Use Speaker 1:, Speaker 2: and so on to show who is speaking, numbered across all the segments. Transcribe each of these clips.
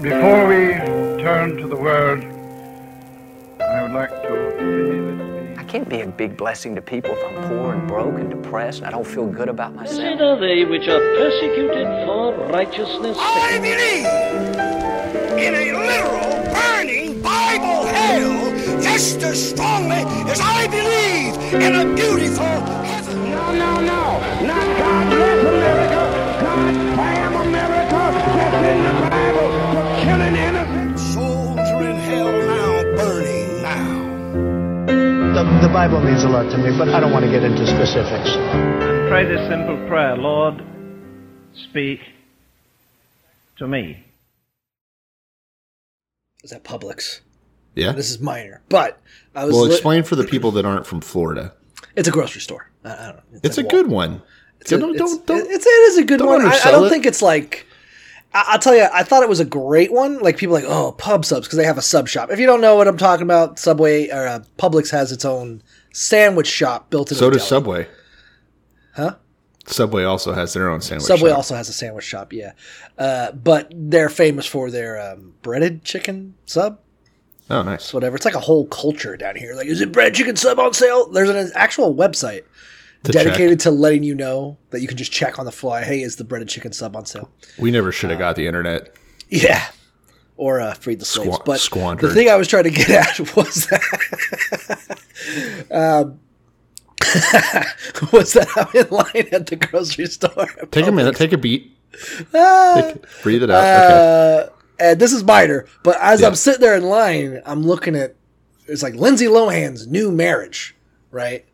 Speaker 1: Before we turn to the word, I would like to.
Speaker 2: I can't be a big blessing to people if I'm poor and broke and depressed and I don't feel good about
Speaker 3: Blessed
Speaker 2: myself.
Speaker 3: are they which are persecuted for righteousness' sake.
Speaker 4: I believe in a literal, burning Bible hell just as strongly as I believe in a beautiful heaven.
Speaker 5: No, no, no. Not God bless America. God damn America. That's in the Bible for killing innocent.
Speaker 4: Souls are in hell now, burning now.
Speaker 6: The, the Bible means a lot to me, but I don't want to get into specifics.
Speaker 7: Pray this simple prayer Lord, speak to me.
Speaker 8: was at Publix.
Speaker 9: Yeah.
Speaker 8: This is minor, but I was.
Speaker 9: well,
Speaker 8: li-
Speaker 9: explain for the people that aren't from Florida.
Speaker 8: It's a grocery store. I, I don't know.
Speaker 9: It's a
Speaker 8: like
Speaker 9: good one.
Speaker 8: It's a-
Speaker 9: don't,
Speaker 8: it's-
Speaker 9: don't, don't,
Speaker 8: It's, it is a good
Speaker 9: don't
Speaker 8: one. I, I
Speaker 9: undersell
Speaker 8: don't
Speaker 9: it.
Speaker 8: think it's like. I, I'll tell you, I thought it was a great one. Like people are like, oh, pub subs because they have a sub shop. If you don't know what I'm talking about, Subway or uh, Publix has its own sandwich shop built into.
Speaker 9: so
Speaker 8: a
Speaker 9: does
Speaker 8: deli.
Speaker 9: Subway.
Speaker 8: Huh?
Speaker 9: Subway also has their own sandwich.
Speaker 8: Subway
Speaker 9: shop.
Speaker 8: also has a sandwich shop, yeah, uh, but they're famous for their um, breaded chicken sub.
Speaker 9: Oh, nice.
Speaker 8: It's whatever. It's like a whole culture down here. Like, is it bread chicken sub on sale? There's an actual website
Speaker 9: To check.
Speaker 8: dedicated to letting you know that you can just check on the fly. Hey, is the breaded chicken sub on sale?
Speaker 9: We never should have got the internet.
Speaker 8: Yeah. Or uh, freed the slaves.
Speaker 9: Squa-
Speaker 8: but
Speaker 9: squandered.
Speaker 8: the thing I was trying to get at was that um, was that I'm in line at the grocery store.
Speaker 9: Take a minute. Take a beat.
Speaker 8: Ah!
Speaker 9: Take- breathe it out. okay.
Speaker 8: Uh, and this is minor, but as
Speaker 9: Yeah.
Speaker 8: I'm sitting there in line, I'm looking at it's like Lindsay Lohan's new marriage, right?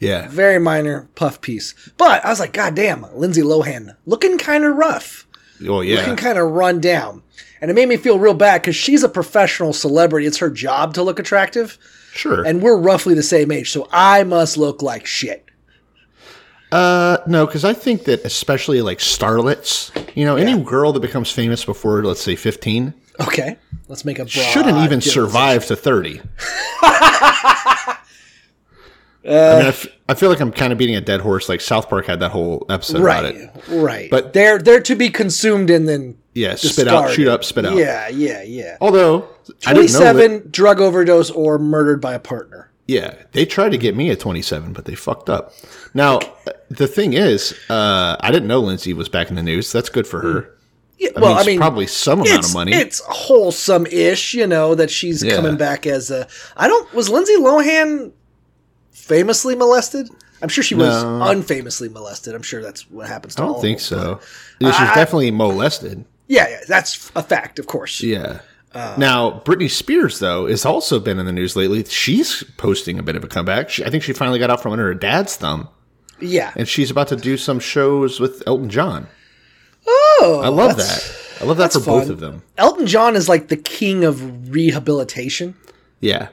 Speaker 9: Yeah.
Speaker 8: Very minor puff piece. But I was like, God damn, Lindsay Lohan looking kind of rough,
Speaker 9: Well, yeah.
Speaker 8: looking kind of run down. And it made me feel real bad because she's a professional celebrity. It's her job to look attractive.
Speaker 9: Sure.
Speaker 8: And we're roughly the same age, so I must look like shit.
Speaker 9: Uh, no, because I think that especially like starlets, you know, any girl that becomes famous before, let's say, 15
Speaker 8: Okay, let's make a broad
Speaker 9: shouldn't even
Speaker 8: difference.
Speaker 9: survive to 30.
Speaker 8: Uh,
Speaker 9: I mean, I, f- I feel like I'm kind of beating a dead horse. Like South Park had that whole episode
Speaker 8: Right,
Speaker 9: about it.
Speaker 8: right.
Speaker 9: But-
Speaker 8: But they're they're to be consumed and then
Speaker 9: Yeah, spit out,
Speaker 8: discarded.
Speaker 9: shoot up, spit out.
Speaker 8: Yeah, yeah, yeah.
Speaker 9: Although, I didn't know that-
Speaker 8: 27, drug overdose, or murdered by a partner.
Speaker 9: Yeah, they tried to get me at 27, but they fucked up. Now, uh, the thing is, uh, I didn't know Lindsay was back in the news. That's good for her.
Speaker 8: Yeah,
Speaker 9: I
Speaker 8: Mm. well,
Speaker 9: mean,
Speaker 8: I
Speaker 9: it's
Speaker 8: mean,
Speaker 9: probably some amount
Speaker 8: it's,
Speaker 9: of money.
Speaker 8: it's wholesome ish, you know, that she's
Speaker 9: Yeah.
Speaker 8: coming back as a. I don't. Was Lindsay Lohan famously molested? I'm sure she was
Speaker 9: No.
Speaker 8: unfamously molested. I'm sure that's what happens
Speaker 9: I
Speaker 8: to all
Speaker 9: don't
Speaker 8: of
Speaker 9: think
Speaker 8: them,
Speaker 9: so.
Speaker 8: but-
Speaker 9: Yeah, she was definitely molested.
Speaker 8: Yeah, yeah, that's a fact, of course.
Speaker 9: Yeah.
Speaker 8: Uh,
Speaker 9: now, Britney Spears, though, has also been in the news lately. She's posting a bit of a comeback. She, I think she finally got out from under her dad's thumb,
Speaker 8: Yeah.
Speaker 9: and she's about to do some shows with Elton John.
Speaker 8: oh,
Speaker 9: I love
Speaker 8: that's-
Speaker 9: that. I love that
Speaker 8: that's
Speaker 9: for both
Speaker 8: fun.
Speaker 9: of them.
Speaker 8: Elton John is like the king of rehabilitation.
Speaker 9: Yeah.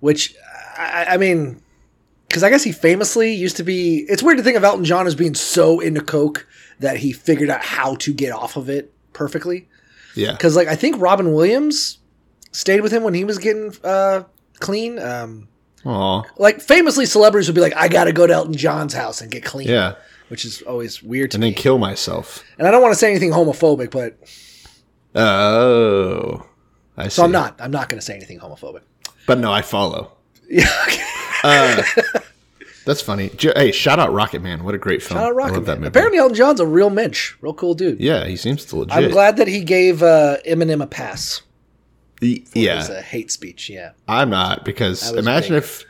Speaker 8: which I, I mean, because I guess he famously used to be. It's weird to think of Elton John as being so into coke that he figured out how to get off of it perfectly.
Speaker 9: Yeah.
Speaker 8: Because like I think Robin Williams stayed with him when he was getting uh, clean. Um,
Speaker 9: Aw.
Speaker 8: like famously, celebrities would be like, "I got to go to Elton John's house and get clean,"
Speaker 9: Yeah.
Speaker 8: which is always weird to
Speaker 9: And
Speaker 8: me.
Speaker 9: then kill myself.
Speaker 8: and I don't want to say anything homophobic, but
Speaker 9: Oh. I
Speaker 8: so I'm
Speaker 9: see.
Speaker 8: not. I'm not going to say anything homophobic.
Speaker 9: But no, I follow. Uh,
Speaker 8: Yeah. Okay.
Speaker 9: That's funny. J- Hey, shout out Rocket Man. What a great film.
Speaker 8: Shout out
Speaker 9: I
Speaker 8: Rocket
Speaker 9: love that
Speaker 8: Man.
Speaker 9: movie.
Speaker 8: Apparently, Elton John's a real mensch, real cool dude.
Speaker 9: yeah, he seems to legit.
Speaker 8: I'm glad that he gave uh, Eminem a pass.
Speaker 9: He-
Speaker 8: It was
Speaker 9: yeah,
Speaker 8: a hate speech. Yeah.
Speaker 9: I'm not because
Speaker 8: I was
Speaker 9: imagine
Speaker 8: big.
Speaker 9: if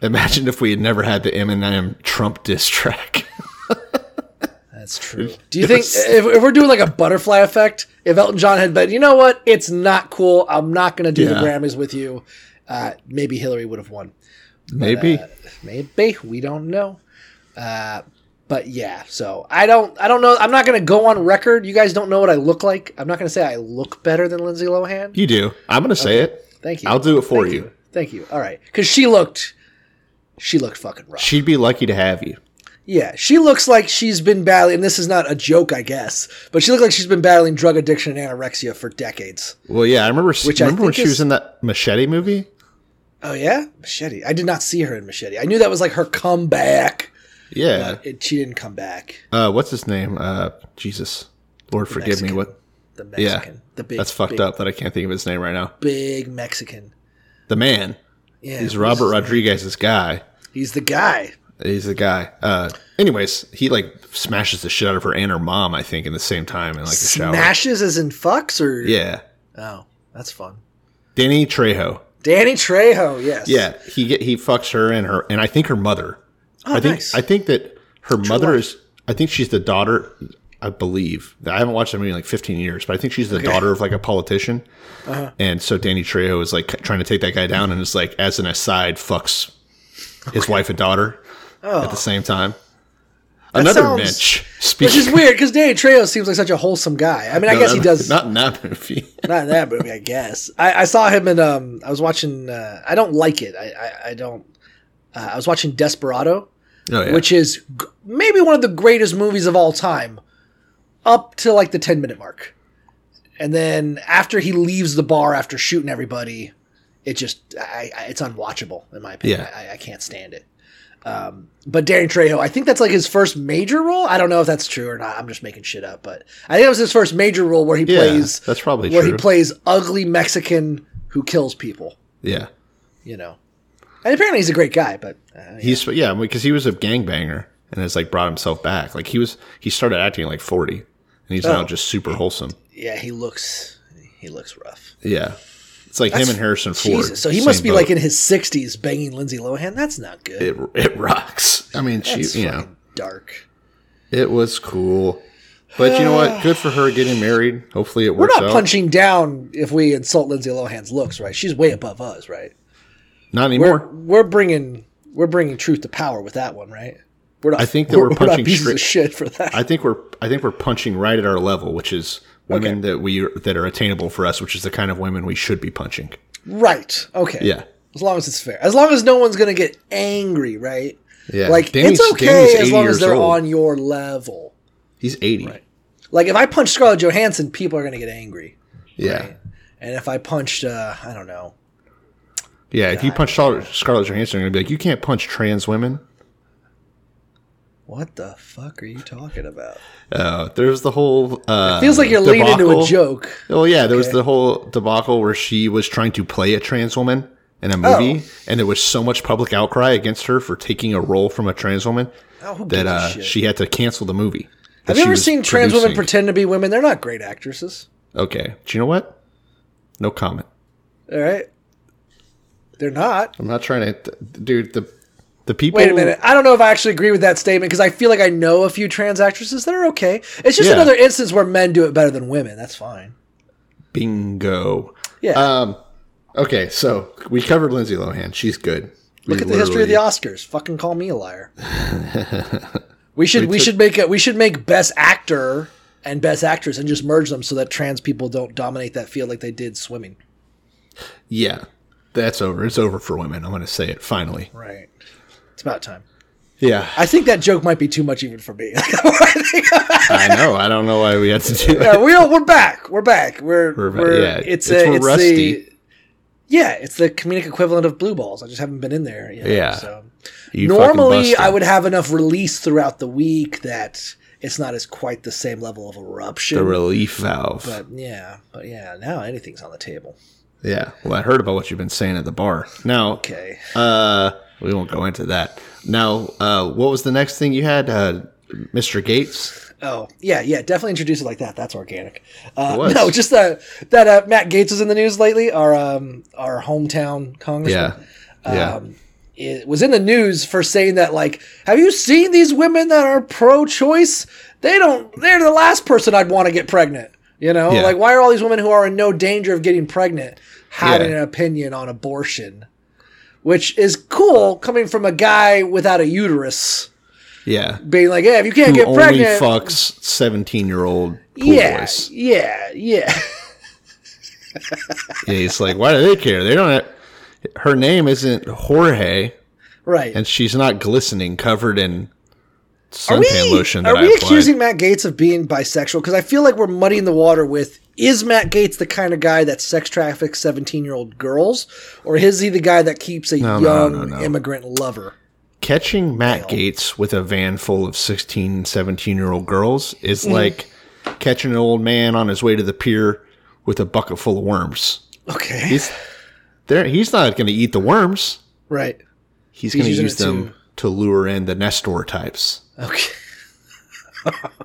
Speaker 9: imagine if we had never had the Eminem Trump diss track.
Speaker 8: That's true. Do you think
Speaker 9: Yes.
Speaker 8: if, if we're doing like a butterfly effect, if Elton John had been, you know what, it's not cool. I'm not going to do the
Speaker 9: Yeah.
Speaker 8: Grammys with you. Uh, maybe Hillary would have won.
Speaker 9: Maybe.
Speaker 8: Maybe we don't know. Uh, but yeah, so I don't, I don't know. I'm not going to go on record. You guys don't know what I look like. I'm not going to say I look better than Lindsay Lohan.
Speaker 9: you do. I'm gonna say it.
Speaker 8: Thank you.
Speaker 9: I'll do it for
Speaker 8: Thank
Speaker 9: you.
Speaker 8: Thank you. All right, because she looked, she looked fucking rough.
Speaker 9: She'd be lucky to have you.
Speaker 8: Yeah, she looks like she's been battling, and this is not a joke, I guess, but she looks like she's been battling drug addiction and anorexia for decades.
Speaker 9: Well, yeah, I remember.
Speaker 8: Which I
Speaker 9: remember when
Speaker 8: think
Speaker 9: she
Speaker 8: is-
Speaker 9: was in that Machete movie?
Speaker 8: Oh, yeah? Machete. I did not see her in Machete. I knew that was like her comeback.
Speaker 9: Yeah.
Speaker 8: But it, she didn't come back.
Speaker 9: Uh, what's his name? Uh, Jesus, Lord, forgive me.
Speaker 8: Mexican.
Speaker 9: What?
Speaker 8: the
Speaker 9: Yeah,
Speaker 8: Mexican. the big
Speaker 9: that's fucked
Speaker 8: big-
Speaker 9: up that I can't think of his name right now.
Speaker 8: Big Mexican.
Speaker 9: The man.
Speaker 8: Yeah.
Speaker 9: He's
Speaker 8: who's-
Speaker 9: Robert Rodriguez's guy.
Speaker 8: He's the guy.
Speaker 9: He's the guy. Uh, anyways, he like smashes the shit out of her and her mom. I think in the same time in like the shower.
Speaker 8: Smashes as in fucks or
Speaker 9: Yeah,
Speaker 8: Oh, that's fun.
Speaker 9: Danny Trejo.
Speaker 8: Danny Trejo, yes.
Speaker 9: Yeah, he get, he fucks her and her and I think her mother.
Speaker 8: Oh,
Speaker 9: I think
Speaker 8: nice.
Speaker 9: I think that her mother
Speaker 8: wife.
Speaker 9: is. I think she's the daughter. I believe I haven't watched that movie in like 15 years, but I think she's the daughter of like a politician.
Speaker 8: Uh-huh.
Speaker 9: And so Danny Trejo is like trying to take that guy down, and is like, as an aside, fucks his wife and daughter at the same time. Another
Speaker 8: Oh. sounds-
Speaker 9: bitch. Speaking,
Speaker 8: Which is weird because Danny Trejo seems like such a wholesome guy. I mean, I
Speaker 9: No,
Speaker 8: guess
Speaker 9: not-
Speaker 8: he does
Speaker 9: not in that movie.
Speaker 8: not in that movie. I guess I, I saw him in. Um, I was watching. Uh, I don't like it. I I, I don't. Uh, I was watching Desperado,
Speaker 9: Oh, yeah.
Speaker 8: which is g- maybe one of the greatest movies of all time, up to like the ten minute mark, and then after he leaves the bar after shooting everybody, it just I, I, it's unwatchable in my opinion.
Speaker 9: Yeah.
Speaker 8: I, I can't stand it. Um, but Danny Trejo, I think that's like his first major role. I don't know if that's true or not. I'm just making shit up, but I think it was his first major role where he
Speaker 9: Yeah,
Speaker 8: plays
Speaker 9: that's probably
Speaker 8: where
Speaker 9: true.
Speaker 8: he plays ugly Mexican who kills people.
Speaker 9: yeah.
Speaker 8: You know, and apparently he's a great guy, but uh,
Speaker 9: He's yeah, because he was a gangbanger and has like brought himself back. Like he was, he started acting at, like forty, and he's now
Speaker 8: Oh.
Speaker 9: just super wholesome.
Speaker 8: yeah, he looks he looks rough.
Speaker 9: Yeah, it's like him and Harrison Ford.
Speaker 8: Jesus, so he
Speaker 9: same
Speaker 8: must be
Speaker 9: boat.
Speaker 8: like in his sixties banging Lindsay Lohan. That's not good.
Speaker 9: it. It rocks. I mean,
Speaker 8: That's
Speaker 9: she, you know,
Speaker 8: fucking dark.
Speaker 9: it was cool, but you know what? Good for her getting married. Hopefully, it
Speaker 8: We're
Speaker 9: works
Speaker 8: not
Speaker 9: out.
Speaker 8: punching down if we insult Lindsay Lohan's looks, right? She's way above us, right?
Speaker 9: Not anymore.
Speaker 8: We're we're bringing we're bringing truth to power with that one, right? We're not,
Speaker 9: I think that we're punching
Speaker 8: not pieces
Speaker 9: straight-
Speaker 8: of shit for that.
Speaker 9: I think we're I think we're punching right at our level, which is women that we that are attainable for us, which is the kind of women we should be punching.
Speaker 8: right? Okay.
Speaker 9: Yeah.
Speaker 8: As long as it's fair. As long as no one's gonna get angry, right?
Speaker 9: Yeah,
Speaker 8: Like
Speaker 9: Danny's-
Speaker 8: it's
Speaker 9: Danny's
Speaker 8: okay as
Speaker 9: 80
Speaker 8: long as
Speaker 9: years
Speaker 8: they're
Speaker 9: old.
Speaker 8: on your level.
Speaker 9: He's eighty.
Speaker 8: Like if I punch Scarlett Johansson, people are gonna get angry.
Speaker 9: Yeah.
Speaker 8: And if I punched, uh, I don't know,
Speaker 9: Yeah, if you punch Scarlett, Scarlett Johansson, you're gonna be like, you can't punch trans women.
Speaker 8: what the fuck are you talking about?
Speaker 9: Uh, there's the whole. Uh,
Speaker 8: Feels like you're leading into a
Speaker 9: debacle.
Speaker 8: joke.
Speaker 9: Oh yeah, there was the whole debacle where she was trying to play a trans woman in a movie,
Speaker 8: Oh.
Speaker 9: and there was so much public outcry against her for taking a role from a trans woman
Speaker 8: Oh, who gives
Speaker 9: that
Speaker 8: a
Speaker 9: uh,
Speaker 8: shit?
Speaker 9: she had to cancel the movie. that
Speaker 8: Have you
Speaker 9: she
Speaker 8: ever
Speaker 9: was
Speaker 8: seen trans women
Speaker 9: producing.
Speaker 8: pretend to be women? They're not great actresses.
Speaker 9: Okay, do you know what? No comment.
Speaker 8: All right, they're not.
Speaker 9: I'm not trying to, th- dude. The the people.
Speaker 8: Wait a minute. I don't know if I actually agree with that statement because I feel like I know a few trans actresses that are okay. It's just
Speaker 9: Yeah.
Speaker 8: another instance where men do it better than women. That's fine.
Speaker 9: Bingo.
Speaker 8: Yeah.
Speaker 9: Um. Okay, so we covered Lindsay Lohan. She's good.
Speaker 8: Look at the history of the Oscars. Fucking call me a liar. we should we, should make a, we should make best actor and best actress and just merge them so that trans people don't dominate that field like they did swimming.
Speaker 9: Yeah, that's over. It's over for women. I'm going to say it finally.
Speaker 8: Right. It's about time.
Speaker 9: Yeah,
Speaker 8: I think that joke might be too much even for me.
Speaker 9: I know. I don't know why we had to do
Speaker 8: Yeah,
Speaker 9: it.
Speaker 8: we are, we're back. We're back. We're,
Speaker 9: We're
Speaker 8: we're,
Speaker 9: ba- yeah,
Speaker 8: it's,
Speaker 9: it's-
Speaker 8: a,
Speaker 9: we're
Speaker 8: it's
Speaker 9: rusty.
Speaker 8: the yeah, it's the comedic equivalent of blue balls. I just haven't been in there. you know,
Speaker 9: Yeah.
Speaker 8: So
Speaker 9: You fucking
Speaker 8: normally
Speaker 9: busted.
Speaker 8: I would have enough release throughout the week that it's not as quite the same level of eruption.
Speaker 9: the relief valve.
Speaker 8: but yeah, but yeah, now anything's on the table.
Speaker 9: yeah. Well, I heard about what you've been saying at the bar. Now,
Speaker 8: Okay.
Speaker 9: uh, we won't go into that. Now, uh, what was the next thing you had, uh, Mr. Gates?
Speaker 8: Oh yeah, yeah. Definitely introduce it like that. That's organic.
Speaker 9: It
Speaker 8: Uh,
Speaker 9: was.
Speaker 8: no, just uh, that uh, Matt Gates was in the news lately. Our um, our hometown congressman.
Speaker 9: Yeah, yeah.
Speaker 8: um, it was in the news for saying that like have you seen these women that are pro-choice they don't they're the last person i'd want to get pregnant you know
Speaker 9: Yeah.
Speaker 8: like why are all these women who are in no danger of getting pregnant having
Speaker 9: Yeah.
Speaker 8: an opinion on abortion which is cool coming from a guy without a uterus
Speaker 9: yeah.
Speaker 8: being like yeah if you can't
Speaker 9: Who
Speaker 8: get
Speaker 9: only
Speaker 8: pregnant
Speaker 9: fucks seventeen-year-old pool
Speaker 8: yeah
Speaker 9: boys?
Speaker 8: yeah yeah
Speaker 9: Yeah, he's like, why do they care? They don't. Have, her name isn't Jorge,
Speaker 8: right
Speaker 9: and she's not glistening, covered in
Speaker 8: Are we,
Speaker 9: suntan lotion that
Speaker 8: are
Speaker 9: I
Speaker 8: we
Speaker 9: applied.
Speaker 8: accusing Matt Gates of being bisexual? Because I feel like we're muddying the water with is Matt Gates the kind of guy that sex traffics 17 year old girls? Or is he the guy that keeps a
Speaker 9: No, no,
Speaker 8: young
Speaker 9: no, no.
Speaker 8: immigrant lover? Mm.
Speaker 9: catching Matt Gates with a van full of 16, 17 year old girls is like catching an old man on his way to the pier with a bucket full of worms.
Speaker 8: Okay.
Speaker 9: He's there. He's not going to eat the worms.
Speaker 8: right.
Speaker 9: He's, going to
Speaker 8: using
Speaker 9: use
Speaker 8: it to-
Speaker 9: them to lure in the Nestor types.
Speaker 8: Okay.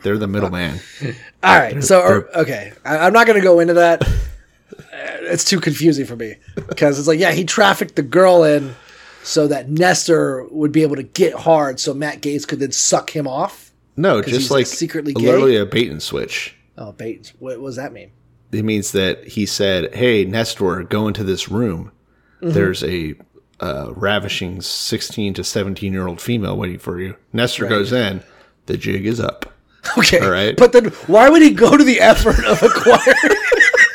Speaker 9: They're
Speaker 8: Oh,
Speaker 9: the middleman.
Speaker 8: All right. So, or- okay. I, I'm not going to go into that. Uh, It's too confusing for me because it's like, yeah, he trafficked the girl in so that Nestor would be able to get hard so Matt Gates could then suck him off.
Speaker 9: No,
Speaker 8: 'Cause
Speaker 9: just
Speaker 8: he's,
Speaker 9: like,
Speaker 8: like, secretly gay?
Speaker 9: literally a bait and switch.
Speaker 8: Oh, Bates. What, what does that mean?
Speaker 9: It means that he said, "Hey, Nestor, go into this room. There's a uh, ravishing 16 to 17 year old female waiting for you." Nestor goes in. The jig is up.
Speaker 8: Okay.
Speaker 9: All right.
Speaker 8: But then why would he go to the effort of acquiring?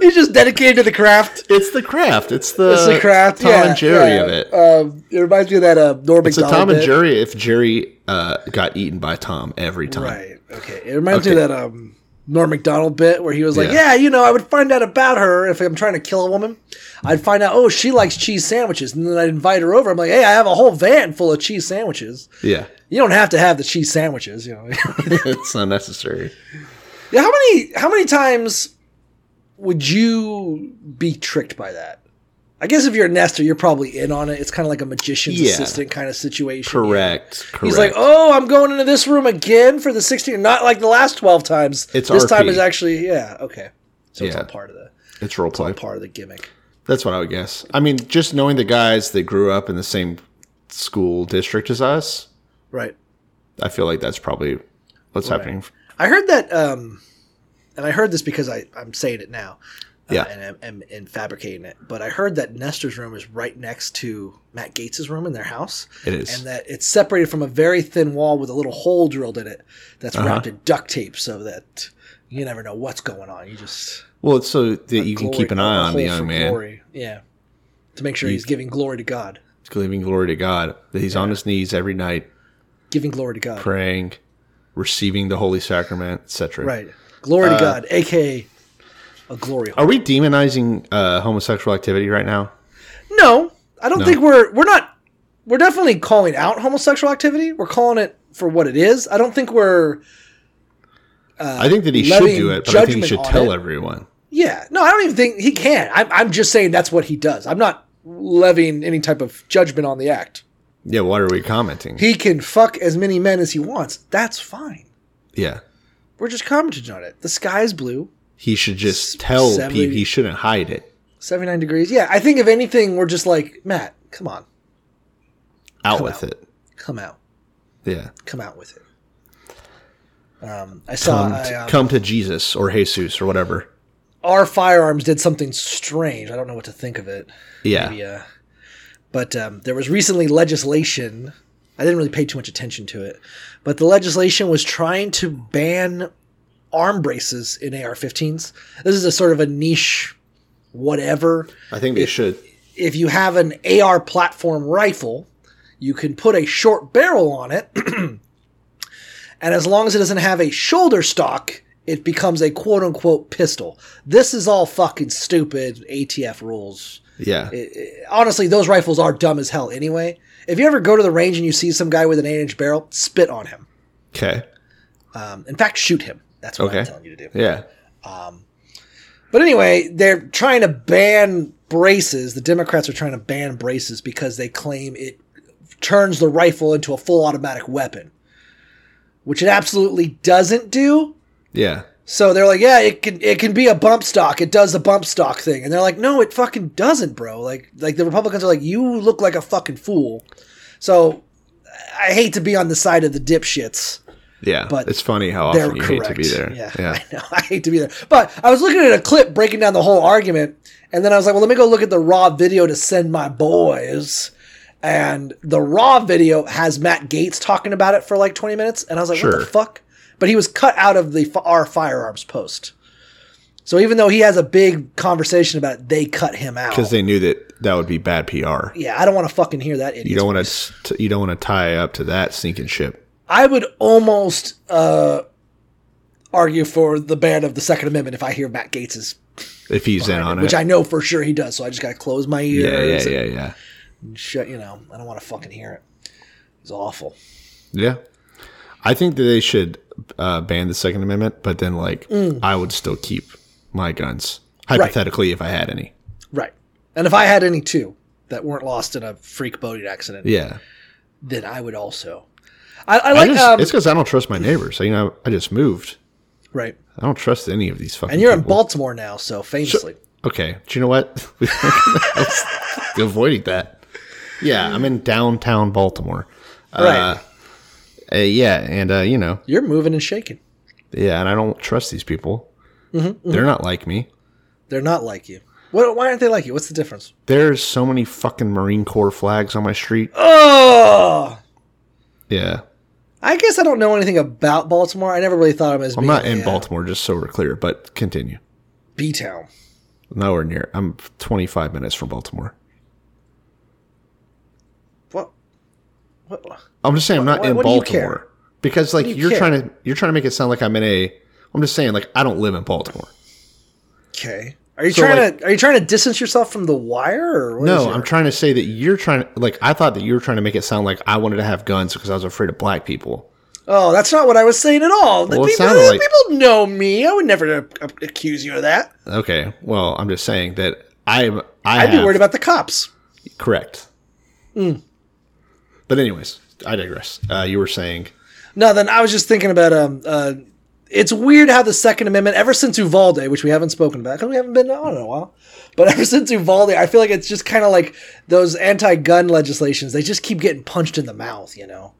Speaker 8: He's just dedicated to the craft.
Speaker 9: It's the craft. It's the,
Speaker 8: It's the craft.
Speaker 9: Uh, Tom
Speaker 8: yeah,
Speaker 9: and Jerry
Speaker 8: yeah.
Speaker 9: of it.
Speaker 8: Um, it reminds me of that uh, Norm
Speaker 9: Uh, it's a
Speaker 8: Macdonald
Speaker 9: Tom and
Speaker 8: bit.
Speaker 9: Jerry. If Jerry uh, got eaten by Tom every time,
Speaker 8: Right. Okay. It reminds me
Speaker 9: Okay.
Speaker 8: of that um, Norm Macdonald bit where he was like,
Speaker 9: Yeah.
Speaker 8: yeah. you know, I would find out about her if I'm trying to kill a woman. I'd find out, oh, she likes cheese sandwiches. And then I'd invite her over. I'm like, hey, I have a whole van full of cheese sandwiches.
Speaker 9: yeah,
Speaker 8: You don't have to have the cheese sandwiches, you know.
Speaker 9: it's unnecessary.
Speaker 8: Yeah, how many how many times would you be tricked by that? I guess if you're a nester, you're probably in on it. It's kind of like a magician's
Speaker 9: Yeah.
Speaker 8: assistant kind of situation. you know?
Speaker 9: Correct. Correct.
Speaker 8: He's like, "Oh, I'm going into this room again for the 16, not like the last 12 times.
Speaker 9: It's
Speaker 8: this
Speaker 9: RP.
Speaker 8: time is actually yeah, okay. So it's
Speaker 9: Yeah.
Speaker 8: all part of the
Speaker 9: it's role play.
Speaker 8: part of the gimmick.
Speaker 9: That's what I would guess. I mean, just knowing the guys that grew up in the same school district as us,
Speaker 8: Right.
Speaker 9: I feel like that's probably what's happening.
Speaker 8: I heard that um and I heard this because I I'm saying it now. uh,
Speaker 9: Yeah.
Speaker 8: and I'm, and- and fabricating it. But I heard that Nestor's room is right next to Matt Gates' room in their house.
Speaker 9: It is.
Speaker 8: and that it's separated from a very thin wall with a little hole drilled in it that's
Speaker 9: Uh-huh.
Speaker 8: wrapped in duct tape so that you never know what's going on. You just
Speaker 9: well, it's so that you can
Speaker 8: glory-
Speaker 9: keep an eye
Speaker 8: a
Speaker 9: on
Speaker 8: hole
Speaker 9: the young
Speaker 8: for
Speaker 9: man,
Speaker 8: Glory. Yeah. To make sure he's giving glory to God.
Speaker 9: giving glory to God, that he's on his knees every night,
Speaker 8: Giving glory to God.
Speaker 9: praying, receiving the Holy Sacrament, etc.
Speaker 8: Right. Glory
Speaker 9: Uh,
Speaker 8: to God, aka a glory hole.
Speaker 9: Are we demonizing uh, homosexual activity right now?
Speaker 8: No, I don't
Speaker 9: No.
Speaker 8: think we're we're not we're definitely calling out homosexual activity. We're calling it for what it is. I don't think we're
Speaker 9: I think that he should
Speaker 8: levying
Speaker 9: do it, but I think he
Speaker 8: Uh, judgment
Speaker 9: should
Speaker 8: on
Speaker 9: tell
Speaker 8: it.
Speaker 9: everyone.
Speaker 8: Yeah, no, I don't even think he can. I'm, I'm just saying that's what he does. I'm not levying any type of judgment on the act.
Speaker 9: Yeah, what are we commenting?
Speaker 8: He can fuck as many men as he wants. That's fine.
Speaker 9: yeah.
Speaker 8: We're just commenting on it. The sky is blue,
Speaker 9: He should just tell
Speaker 8: seventy-
Speaker 9: people he shouldn't hide it.
Speaker 8: 79 degrees. Yeah, I think if anything, we're just like, Matt, come on,
Speaker 9: Out
Speaker 8: Come
Speaker 9: with
Speaker 8: out.
Speaker 9: it.
Speaker 8: come out,
Speaker 9: Yeah.
Speaker 8: come out with it. Um, I saw
Speaker 9: Come,
Speaker 8: I,
Speaker 9: to,
Speaker 8: um,
Speaker 9: come to Jesus or Jesus or whatever.
Speaker 8: our firearms did something strange. I don't know what to think of it.
Speaker 9: Yeah.
Speaker 8: Maybe, uh, but um, there was recently legislation. I didn't really pay too much attention to it, but the legislation was trying to ban arm braces in AR-15s. This is a sort of a niche, whatever.
Speaker 9: I think they should.
Speaker 8: If you have an AR platform rifle, you can put a short barrel on it, and as long as it doesn't have a shoulder stock, it becomes a quote-unquote pistol. This is all fucking stupid ATF rules
Speaker 9: Yeah.
Speaker 8: honestly, those rifles are dumb as hell anyway. If you ever go to the range and you see some guy with an eight inch barrel, spit on him.
Speaker 9: Okay.
Speaker 8: Um, in fact, shoot him. That's what
Speaker 9: Okay.
Speaker 8: I'm telling you to do.
Speaker 9: Yeah.
Speaker 8: But anyway, they're trying to ban braces. The Democrats are trying to ban braces because they claim it turns the rifle into a full automatic weapon, which it absolutely doesn't do.
Speaker 9: Yeah.
Speaker 8: So they're like, yeah, it can it can be a bump stock. It does the bump stock thing, and they're like, no, it fucking doesn't, bro. Like like the Republicans are like, you look like a fucking fool. So I hate to be on the side of the dipshits.
Speaker 9: Yeah.
Speaker 8: But
Speaker 9: it's funny how
Speaker 8: They're
Speaker 9: often you
Speaker 8: correct.
Speaker 9: hate to be there.
Speaker 8: Yeah,
Speaker 9: Yeah.
Speaker 8: I know. I hate to be there. But I was looking at a clip breaking down the whole argument, and then I was like, well, let me go look at the raw video to send my boys. And the raw video has Matt Gates talking about it for like 20 minutes, and I was like, what
Speaker 9: Sure.
Speaker 8: the fuck? But he was cut out of the f- our firearms post. So even though he has a big conversation about it, they cut him out.
Speaker 9: Because they knew that that would be bad PR.
Speaker 8: yeah, I don't want to fucking hear that idiot.
Speaker 9: You don't want to. You don't want to tie up to that sinking ship.
Speaker 8: I would almost uh, argue for the ban of the Second Amendment if I hear Matt Gates's
Speaker 9: If he's in on it.
Speaker 8: which I know for sure he does. So I just got to close my ears
Speaker 9: yeah. Yeah.
Speaker 8: and
Speaker 9: Yeah. Yeah.
Speaker 8: shut. You know, I don't want to fucking hear it. It's awful.
Speaker 9: Yeah. I think that they should uh, ban the Second Amendment, but then like
Speaker 8: Mm.
Speaker 9: I would still keep my guns hypothetically if I had any.
Speaker 8: Right. And if I had any too that weren't lost in a freak boating accident,
Speaker 9: Yeah,
Speaker 8: then I would also. I, I
Speaker 9: I
Speaker 8: like
Speaker 9: just,
Speaker 8: um,
Speaker 9: it's because I don't trust my neighbors. You know, I just moved.
Speaker 8: right.
Speaker 9: I don't trust any of these fucking.
Speaker 8: And you're in
Speaker 9: people.
Speaker 8: Baltimore now, so famously.
Speaker 9: Okay, do you know what? We- I was avoiding that. Yeah, I'm in downtown Baltimore.
Speaker 8: Right.
Speaker 9: Uh, yeah, and uh, you know,
Speaker 8: You're moving and shaking.
Speaker 9: yeah, and I don't trust these people.
Speaker 8: Mm-hmm,
Speaker 9: They're not like me.
Speaker 8: They're not like you. What, why aren't they like you? What's the difference?
Speaker 9: There's so many fucking Marine Corps flags on my street.
Speaker 8: Oh,
Speaker 9: Yeah,
Speaker 8: I guess I don't know anything about Baltimore. I never really thought of it as
Speaker 9: I'm
Speaker 8: being
Speaker 9: not in
Speaker 8: a, uh,
Speaker 9: Baltimore, just so we're clear. But continue.
Speaker 8: B town.
Speaker 9: Nowhere near. I'm 25 minutes from Baltimore.
Speaker 8: What? What?
Speaker 9: I'm just saying I'm not
Speaker 8: Why-
Speaker 9: in
Speaker 8: what do you care?
Speaker 9: Baltimore because like
Speaker 8: do you
Speaker 9: you are
Speaker 8: care?
Speaker 9: trying to you're trying to make it sound like I'm in a. I'm just saying like I don't live in Baltimore.
Speaker 8: Okay. Are you
Speaker 9: So,
Speaker 8: trying
Speaker 9: like-
Speaker 8: to are you trying to distance yourself from the wire? Or what is
Speaker 9: No,
Speaker 8: your-
Speaker 9: I'm trying to say that you're trying to like I thought that you were trying to make it sound like I wanted to have guns because I was afraid of black people.
Speaker 8: Oh, that's not what I was saying at all. The
Speaker 9: Well, it
Speaker 8: people,
Speaker 9: sounded like-
Speaker 8: people know me. I would never uh, accuse you of that.
Speaker 9: Okay, well I'm just saying that I'm I
Speaker 8: I'd be
Speaker 9: have-
Speaker 8: worried about Hmm. the cops.
Speaker 9: correct. But anyways, I digress. Uh, you were saying
Speaker 8: No, then I was just thinking about um. Uh, it's weird how the Second Amendment, ever since Uvalde, which we haven't spoken about because we haven't been on in a while, but ever since Uvalde, I feel like it's just kind of like those anti-gun legislations. They just keep getting punched in the mouth, you know.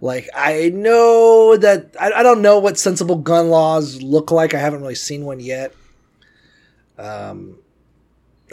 Speaker 8: Like I know that I, I don't know what sensible gun laws look like. I haven't really seen one yet. Um,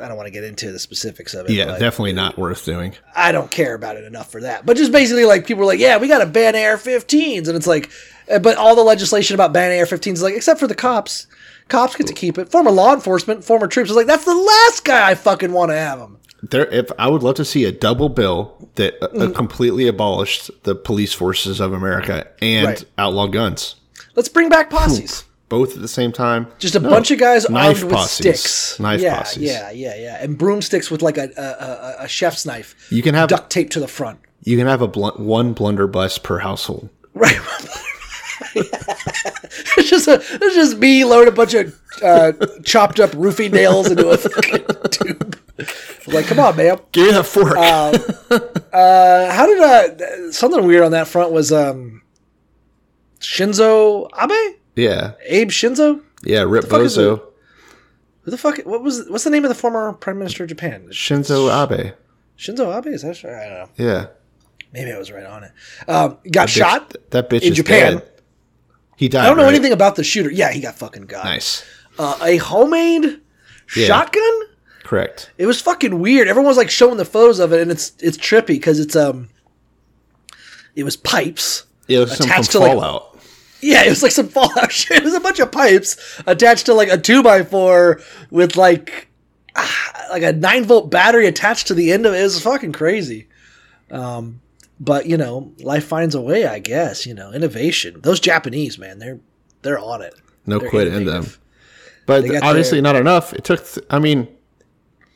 Speaker 8: I don't want to get into the specifics of it.
Speaker 9: yeah,
Speaker 8: but-
Speaker 9: definitely not worth doing.
Speaker 8: I don't care about it enough for that. But just basically, like people were like, "Yeah, we got to ban AR-15s," and it's like, uh, but all the legislation about banning AR-15s is like, except for the cops, cops get to keep it. Former law enforcement, former troops is like, that's the last guy I fucking want to have them.
Speaker 9: There, if I would love to see a double bill that uh,
Speaker 8: Hmm.
Speaker 9: uh, completely abolished the police forces of America and
Speaker 8: Right.
Speaker 9: outlaw guns,
Speaker 8: Let's bring back posses.
Speaker 9: both at the same time.
Speaker 8: Just a
Speaker 9: No,
Speaker 8: bunch of guys armed with
Speaker 9: posses.
Speaker 8: sticks,
Speaker 9: Knife
Speaker 8: yeah,
Speaker 9: posses.
Speaker 8: yeah, yeah, yeah, and broomsticks with like a a, a, a chef's knife,
Speaker 9: You can have
Speaker 8: duct tape to the front.
Speaker 9: you can have a blunt, one blunderbuss per household.
Speaker 8: Right. it's just a, it's just me load a bunch of uh, chopped up roofie nails into a fucking tube. Like, come on, man.
Speaker 9: Give me that fork.
Speaker 8: Uh, How did uh, th- something weird on that front was um, Shinzo Abe,
Speaker 9: yeah,
Speaker 8: Abe Shinzo.
Speaker 9: yeah. Rip
Speaker 8: fuck is
Speaker 9: Bozo,
Speaker 8: Who the fuck? What was? What's the name of the former prime minister of Japan?
Speaker 9: Shinzo Abe.
Speaker 8: Shinzo Abe. Is that? sure? I don't know.
Speaker 9: Yeah,
Speaker 8: Maybe I was right on it. Um, got shot.
Speaker 9: Bitch- that bitch
Speaker 8: in
Speaker 9: is
Speaker 8: Japan.
Speaker 9: dead. He died.
Speaker 8: I don't know
Speaker 9: right?
Speaker 8: anything about the shooter. Yeah, he got fucking got.
Speaker 9: Nice,
Speaker 8: Uh, a homemade
Speaker 9: Yeah.
Speaker 8: shotgun.
Speaker 9: correct.
Speaker 8: It was fucking weird. Everyone was like showing the photos of it, and it's it's trippy because it's um, it was pipes.
Speaker 9: Yeah, it was something from
Speaker 8: Attached to, like,
Speaker 9: Fallout.
Speaker 8: Yeah, it was like some fallout shit. It was a bunch of pipes attached to like a two by four with like ah, like a nine volt battery attached to the end of it. It was fucking crazy. Um, but you know, life finds a way, I guess. You know, innovation. Those Japanese man, they're they're on it.
Speaker 9: no
Speaker 8: they're
Speaker 9: quit in them,
Speaker 8: innovative.
Speaker 9: but
Speaker 8: They got
Speaker 9: obviously
Speaker 8: their-
Speaker 9: not enough. It took. Th- I mean,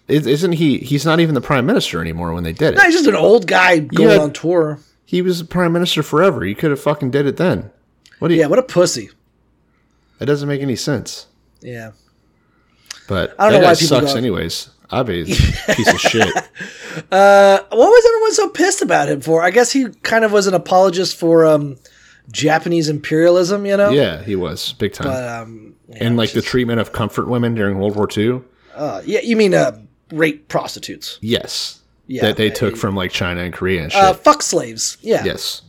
Speaker 9: is- isn't he? He's not even the prime minister anymore. When they did it,
Speaker 8: Not just an old guy going
Speaker 9: had-
Speaker 8: on tour.
Speaker 9: he was the prime minister forever. He could have fucking did it then. What do you?
Speaker 8: Yeah, what a pussy.
Speaker 9: That doesn't make any sense.
Speaker 8: Yeah.
Speaker 9: But
Speaker 8: I don't
Speaker 9: that
Speaker 8: know why
Speaker 9: guy
Speaker 8: people
Speaker 9: sucks,
Speaker 8: go-
Speaker 9: anyways. Abe is a piece of shit.
Speaker 8: what was everyone so pissed about him for? I guess he kind of was an apologist for um, Japanese imperialism, you know?
Speaker 9: Yeah, he was big time.
Speaker 8: But, um, yeah,
Speaker 9: and like the treatment of comfort women during World War II.
Speaker 8: uh, yeah, you mean uh, rape prostitutes?
Speaker 9: Yes,
Speaker 8: Yeah,
Speaker 9: that they
Speaker 8: I-
Speaker 9: took from like China and Korea and shit.
Speaker 8: Uh, fuck slaves. Yeah.
Speaker 9: yes,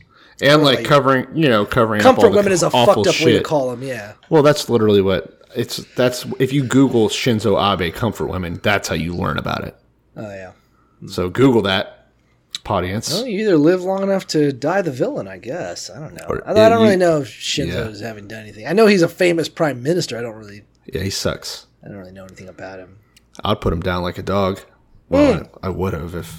Speaker 9: and like covering, you know, covering up all
Speaker 8: Comfort
Speaker 9: the
Speaker 8: women is a
Speaker 9: awful
Speaker 8: fucked up
Speaker 9: shit.
Speaker 8: way to call them. Yeah.
Speaker 9: Well, that's literally what it's. That's if you Google Shinzo Abe comfort women, that's how you learn about it.
Speaker 8: Oh yeah.
Speaker 9: So Google that, audience.
Speaker 8: Well, you either live long enough to die the villain, I guess. I don't know.
Speaker 9: Or-
Speaker 8: I, I don't
Speaker 9: you-
Speaker 8: really know if Shinzo
Speaker 9: yeah.
Speaker 8: is having done anything. I know he's a famous prime minister. I don't really,
Speaker 9: Yeah, he sucks.
Speaker 8: I don't really know anything about him.
Speaker 9: I'd put him down like a dog. Well,
Speaker 8: Hmm.
Speaker 9: I, I would have if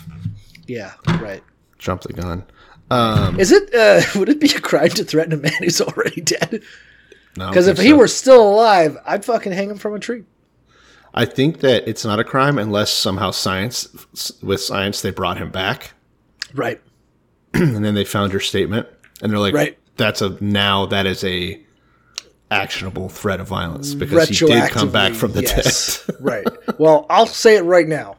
Speaker 8: Yeah. Right.
Speaker 9: jumped the gun. Um,
Speaker 8: Is it? Uh, would it be a crime to threaten a man who's already dead?
Speaker 9: No, I don't
Speaker 8: Because if
Speaker 9: think
Speaker 8: he
Speaker 9: so.
Speaker 8: were still alive, I'd fucking hang him from a tree.
Speaker 9: I think that it's not a crime unless somehow science, s- with science, they brought him back
Speaker 8: Right.
Speaker 9: and then they found your statement and they're like,
Speaker 8: Right.
Speaker 9: that's a now that is a actionable threat of violence because he did come back
Speaker 8: Retroactively,
Speaker 9: from the
Speaker 8: yes.
Speaker 9: dead.
Speaker 8: right. Well, I'll say it right now.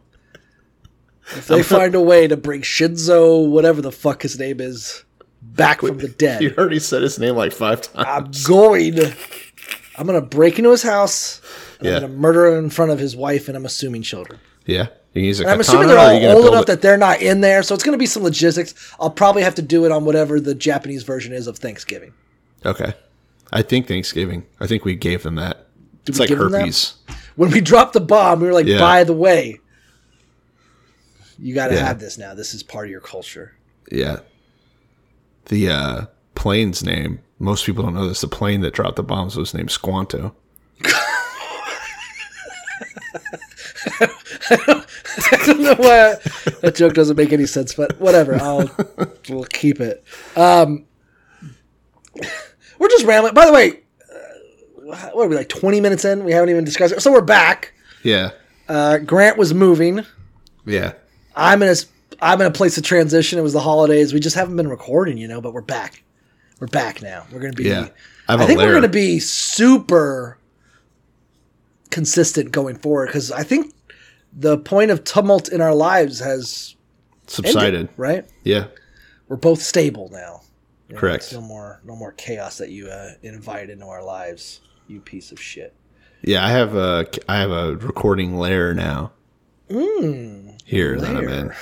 Speaker 8: If they find a way to bring Shinzo, whatever the fuck his name is, back from the
Speaker 9: you
Speaker 8: dead,
Speaker 9: already said his name like five
Speaker 8: I'm
Speaker 9: times.
Speaker 8: going. I'm gonna break into his house. And
Speaker 9: Yeah.
Speaker 8: I'm gonna murder him in front of his wife and I'm assuming children.
Speaker 9: yeah, you can use a
Speaker 8: And I'm
Speaker 9: katana.
Speaker 8: assuming
Speaker 9: or
Speaker 8: they're
Speaker 9: are you gonna
Speaker 8: all old
Speaker 9: build
Speaker 8: enough
Speaker 9: it?
Speaker 8: that they're not in there, so it's gonna be some logistics. I'll probably have to do it on whatever the Japanese version is of Thanksgiving.
Speaker 9: Okay. I think Thanksgiving. I think we gave them that. it's
Speaker 8: we
Speaker 9: like
Speaker 8: give them that?
Speaker 9: herpes.
Speaker 8: when we dropped the bomb, we were like,
Speaker 9: Yeah.
Speaker 8: by the way, you got to
Speaker 9: Yeah.
Speaker 8: have this now. This is part of your culture.
Speaker 9: Yeah. The uh, plane's name. Most people don't know this. The plane that dropped the bombs was named Squanto.
Speaker 8: I don't know why that joke doesn't make any sense, but whatever. I'll we'll keep it. Um, we're just rambling. By the way, uh, what are we like twenty minutes in? We haven't even discussed it. So we're back.
Speaker 9: Yeah.
Speaker 8: Uh, Grant was moving.
Speaker 9: Yeah.
Speaker 8: I'm in a s- I'm in a place of transition. It was the holidays. We just haven't been recording, you know. But we're back. We're back now. We're gonna be.
Speaker 9: Yeah. I have
Speaker 8: I
Speaker 9: a
Speaker 8: think
Speaker 9: layer.
Speaker 8: we're going to be super consistent going forward because I think the point of tumult in our lives has ended,
Speaker 9: subsided.
Speaker 8: right?
Speaker 9: Yeah.
Speaker 8: We're both stable now. You know,
Speaker 9: Correct.
Speaker 8: it's No more, no more chaos that you uh, invite into our lives. You piece of shit.
Speaker 9: Yeah, I have a I have a recording layer now.
Speaker 8: Hmm,
Speaker 9: Mm, here that I'm in.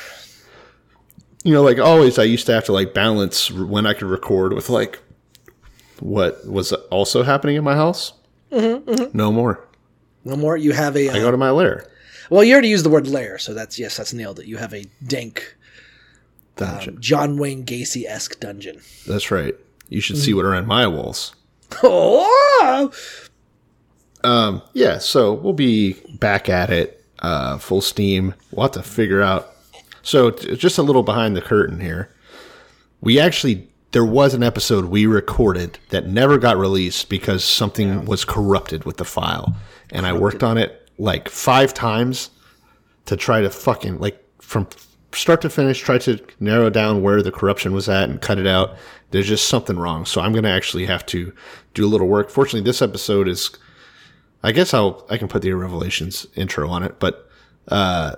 Speaker 9: You know, like always, I used to have to like balance r- when I could record with like what was also happening in my house.
Speaker 8: Mm-hmm,
Speaker 9: No more.
Speaker 8: No more. You have a
Speaker 9: I
Speaker 8: uh,
Speaker 9: go to my lair.
Speaker 8: well. You already used the word lair, so that's yes, that's nailed it. You have a dank
Speaker 9: Dungeon.
Speaker 8: John Wayne Gacy esque dungeon.
Speaker 9: That's right. You should
Speaker 8: Mm.
Speaker 9: see what are on my walls.
Speaker 8: Oh,
Speaker 9: Yeah, so we'll be back at it, uh, full steam. We'll have to figure out. So, t- just a little behind the curtain here. We actually, there was an episode we recorded that never got released because something was corrupted with the file. And I worked on it like five times to try to fucking, like, from start to finish, try to narrow down where the corruption was at and cut it out. There's just something wrong. So, I'm going to actually have to do a little work. Fortunately, this episode is I guess I'll I can put the revelations intro on it, but uh,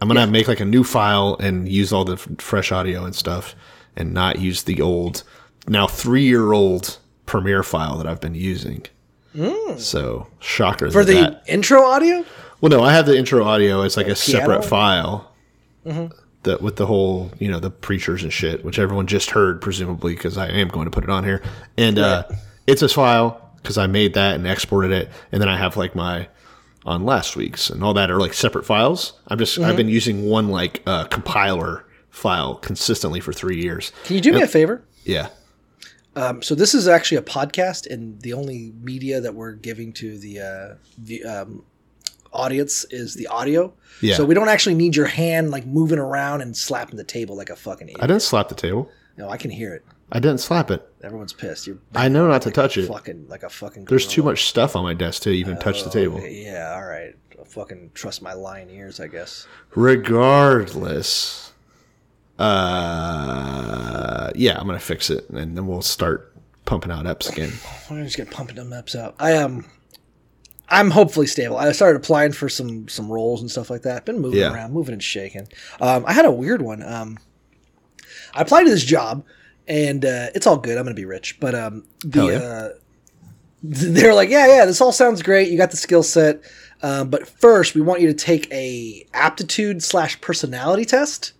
Speaker 9: I'm gonna make like a new file and use all the f- fresh audio and stuff, and not use the old now three year old Premiere file that I've been using. So shocker
Speaker 8: Hmm. for the
Speaker 9: that.
Speaker 8: intro audio.
Speaker 9: Well, no, I have the intro audio as like a separate
Speaker 8: piano? Mm-hmm.
Speaker 9: file. That with the whole, you know, the preachers and shit, which everyone just heard, presumably, because I am going to put it on here. And uh, it's this file because I made that and exported it, and then I have like my on last week's and all that are like separate files. I'm just
Speaker 8: Mm-hmm.
Speaker 9: I've been using one like uh, compiler file consistently for three years.
Speaker 8: Can you do me a favor?
Speaker 9: Yeah,
Speaker 8: Um, so this is actually a podcast, and the only media that we're giving to the uh, the um, audience is the audio.
Speaker 9: Yeah.
Speaker 8: So we don't actually need your hand like moving around and slapping the table like a fucking idiot.
Speaker 9: I didn't slap the table.
Speaker 8: no, I can hear it.
Speaker 9: I didn't slap it.
Speaker 8: Everyone's pissed. You're
Speaker 9: I know not to touch it.
Speaker 8: fucking like a fucking.
Speaker 9: There's too
Speaker 8: gorilla.
Speaker 9: much stuff on my desk to even touch the table.
Speaker 8: Oh, Yeah. All right. I'll fucking trust my lying ears, I guess.
Speaker 9: regardless uh yeah i'm gonna fix it and then we'll start pumping out eps again
Speaker 8: I'm just gonna pump them ups out. I um, I'm hopefully stable. I started applying for some some roles and stuff like that. Been moving
Speaker 9: Yeah.
Speaker 8: around, moving and shaking. Um, I had a weird one. Um, I applied to this job, and uh, it's all good. I'm gonna be rich, but um, the
Speaker 9: Hell yeah.
Speaker 8: uh, they're like, yeah, yeah, this all sounds great. You got the skill set, um, but first we want you to take a aptitude slash personality test.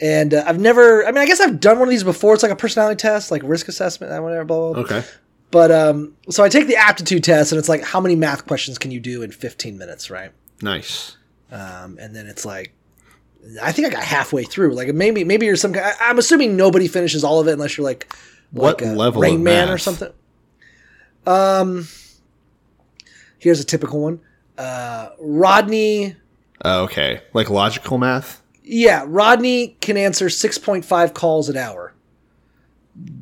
Speaker 8: And uh, I've never, I mean, I guess I've done one of these before. It's like a personality test, like risk assessment, and whatever, blah, blah, blah.
Speaker 9: okay
Speaker 8: But um, so I take the aptitude test, and it's like, how many math questions can you do in 15 minutes, right?
Speaker 9: nice
Speaker 8: Um, and then it's like, I think I got halfway through. Like maybe maybe you're some guy. I, I'm assuming nobody finishes all of it unless you're like,
Speaker 9: What
Speaker 8: like a
Speaker 9: level
Speaker 8: Rain
Speaker 9: of
Speaker 8: Man or
Speaker 9: math?
Speaker 8: something. Um, here's a typical one. Uh, Rodney,
Speaker 9: Uh, okay like logical math
Speaker 8: yeah, Rodney can answer 6.5 calls an hour.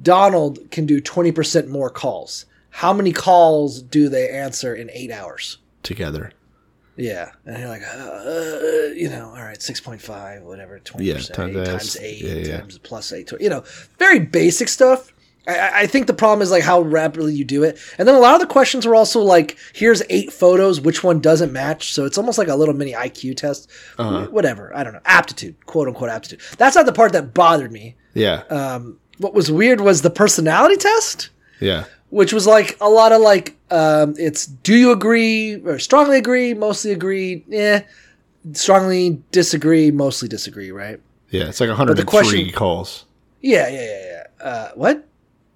Speaker 8: Donald can do 20% more calls. How many calls do they answer in eight hours?
Speaker 9: together
Speaker 8: Yeah, and you're like, uh, uh, you know, all right, six point five, whatever, twenty
Speaker 9: Yeah,
Speaker 8: percent,
Speaker 9: times
Speaker 8: eight
Speaker 9: S,
Speaker 8: times eight
Speaker 9: yeah, yeah.
Speaker 8: times plus eight, tw- you know, very basic stuff. I, I think the problem is like how rapidly you do it, and then a lot of the questions were also like, "Here's eight photos, which one doesn't match?" So it's almost like a little mini IQ test,
Speaker 9: Uh-huh.
Speaker 8: whatever. I don't know, aptitude, quote unquote aptitude. That's not the part that bothered me.
Speaker 9: Yeah.
Speaker 8: Uh, What was weird was the personality test,
Speaker 9: yeah.
Speaker 8: which was like a lot of like, um, it's do you agree or strongly agree, mostly agree, eh, strongly disagree, mostly disagree, right?
Speaker 9: Yeah. It's like 103
Speaker 8: question-
Speaker 9: calls.
Speaker 8: Yeah, yeah, yeah, yeah. Uh, what?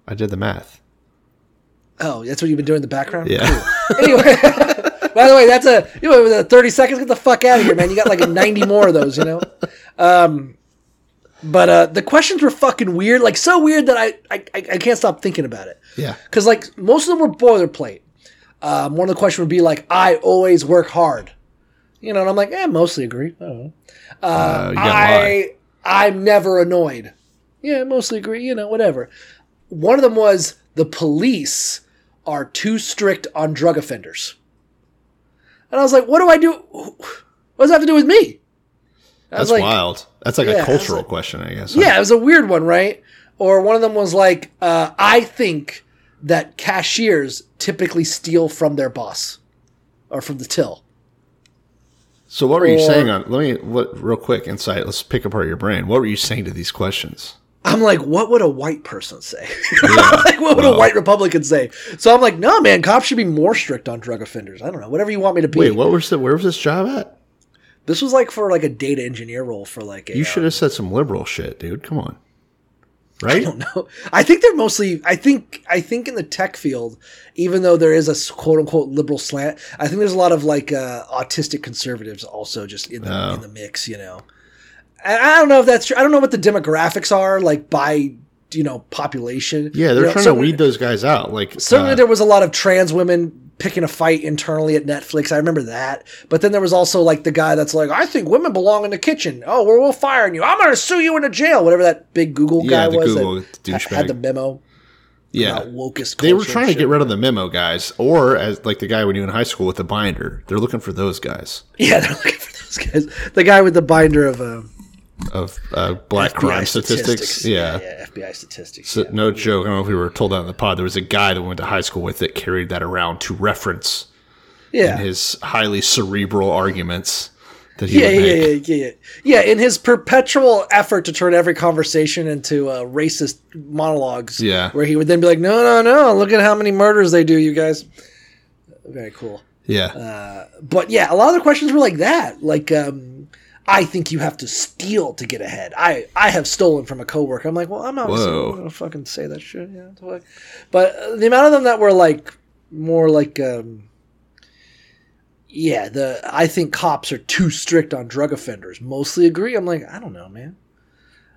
Speaker 9: I did the math.
Speaker 8: Oh, that's what you've been doing in the background.
Speaker 9: Yeah.
Speaker 8: anyway, by the way, that's a you know, with the thirty seconds. Get the fuck out of here, man. You got like ninety more of those, you know. Um, but uh, the questions were fucking weird, like so weird that I I, I I can't stop thinking about it.
Speaker 9: Yeah.
Speaker 8: because like most of them were boilerplate. Um, one of the questions would be like, "I always work hard," you know, and I'm like, "Eh, mostly agree." I don't know.
Speaker 9: Uh, you gotta lie.
Speaker 8: I I'm never annoyed. Yeah, mostly agree. You know, whatever. One of them was the police are too strict on drug offenders, and I was like, "What do I do? What does that have to do with me?" I was
Speaker 9: That's
Speaker 8: like,
Speaker 9: wild. That's like
Speaker 8: Yeah, I
Speaker 9: a
Speaker 8: was
Speaker 9: cultural
Speaker 8: like-
Speaker 9: question, I guess. huh?
Speaker 8: Yeah, it was a weird one, right? Or one of them was like, uh, "I think that cashiers typically steal from their boss or from the till."
Speaker 9: So what were you
Speaker 8: Or-
Speaker 9: saying on? Let me what, real quick insight. Let's pick apart your brain. What were you saying to these questions?
Speaker 8: I'm like, what would a white person say? like, what would a white Republican say? So I'm like, no, man, cops should be more strict on drug offenders. I don't know, whatever you want me to be.
Speaker 9: Wait, what was the? Where was this job at?
Speaker 8: This was like for like a data engineer role for like a.
Speaker 9: You
Speaker 8: uh,
Speaker 9: should have said some liberal shit, dude. Come on,
Speaker 8: I
Speaker 9: right?
Speaker 8: don't know. I think they're mostly. I think. I think in the tech field, even though there is a quote unquote liberal slant, I think there's a lot of like uh, autistic conservatives also just in the
Speaker 9: Oh.
Speaker 8: in the mix. You know, and I don't know if that's true. I don't know what the demographics are like by you know population.
Speaker 9: Yeah,
Speaker 8: You
Speaker 9: they're
Speaker 8: know,
Speaker 9: trying to
Speaker 8: certain-
Speaker 9: weed those guys out. Like
Speaker 8: Certainly,
Speaker 9: uh,
Speaker 8: there was a lot of trans women picking a fight internally at Netflix. I remember that. But then there was also like the guy that's like, I think women belong in the kitchen. Oh, we're all firing you. I'm going to sue you into jail. Whatever that big Google
Speaker 9: Yeah,
Speaker 8: guy
Speaker 9: the
Speaker 8: was
Speaker 9: Google
Speaker 8: that
Speaker 9: douchebag.
Speaker 8: had the memo
Speaker 9: yeah.
Speaker 8: about wokest.
Speaker 9: They were
Speaker 8: culture
Speaker 9: trying
Speaker 8: and
Speaker 9: to
Speaker 8: shit.
Speaker 9: get rid of the memo guys, or as like the guy when you were in high school with the binder. They're looking for those guys
Speaker 8: Yeah, they're looking for those guys. The guy with the binder of uh,
Speaker 9: of uh, black crime statistics. Yeah.
Speaker 8: yeah, FBI statistics.
Speaker 9: So,
Speaker 8: yeah.
Speaker 9: no joke. I don't know if we were told that in the pod. There was a guy that we went to high school with that carried that around to reference
Speaker 8: yeah.
Speaker 9: his highly cerebral arguments that he
Speaker 8: yeah,
Speaker 9: would
Speaker 8: yeah,
Speaker 9: make.
Speaker 8: yeah, yeah, yeah. Yeah, in his perpetual effort to turn every conversation into uh, racist monologues.
Speaker 9: Yeah.
Speaker 8: Where he would then be like, no, no, no, look at how many murders they do, you guys. Very cool.
Speaker 9: Yeah.
Speaker 8: Uh, But yeah, a lot of the questions were like that. Like, um, I think you have to steal to get ahead. I, I have stolen from a coworker. I'm like, well, I'm not
Speaker 9: Whoa.
Speaker 8: going to fucking say that shit. Yeah, what the fuck? But uh, the amount of them that were like, more like, um, yeah, the I think cops are too strict on drug offenders. Mostly agree. I'm like, I don't know, man.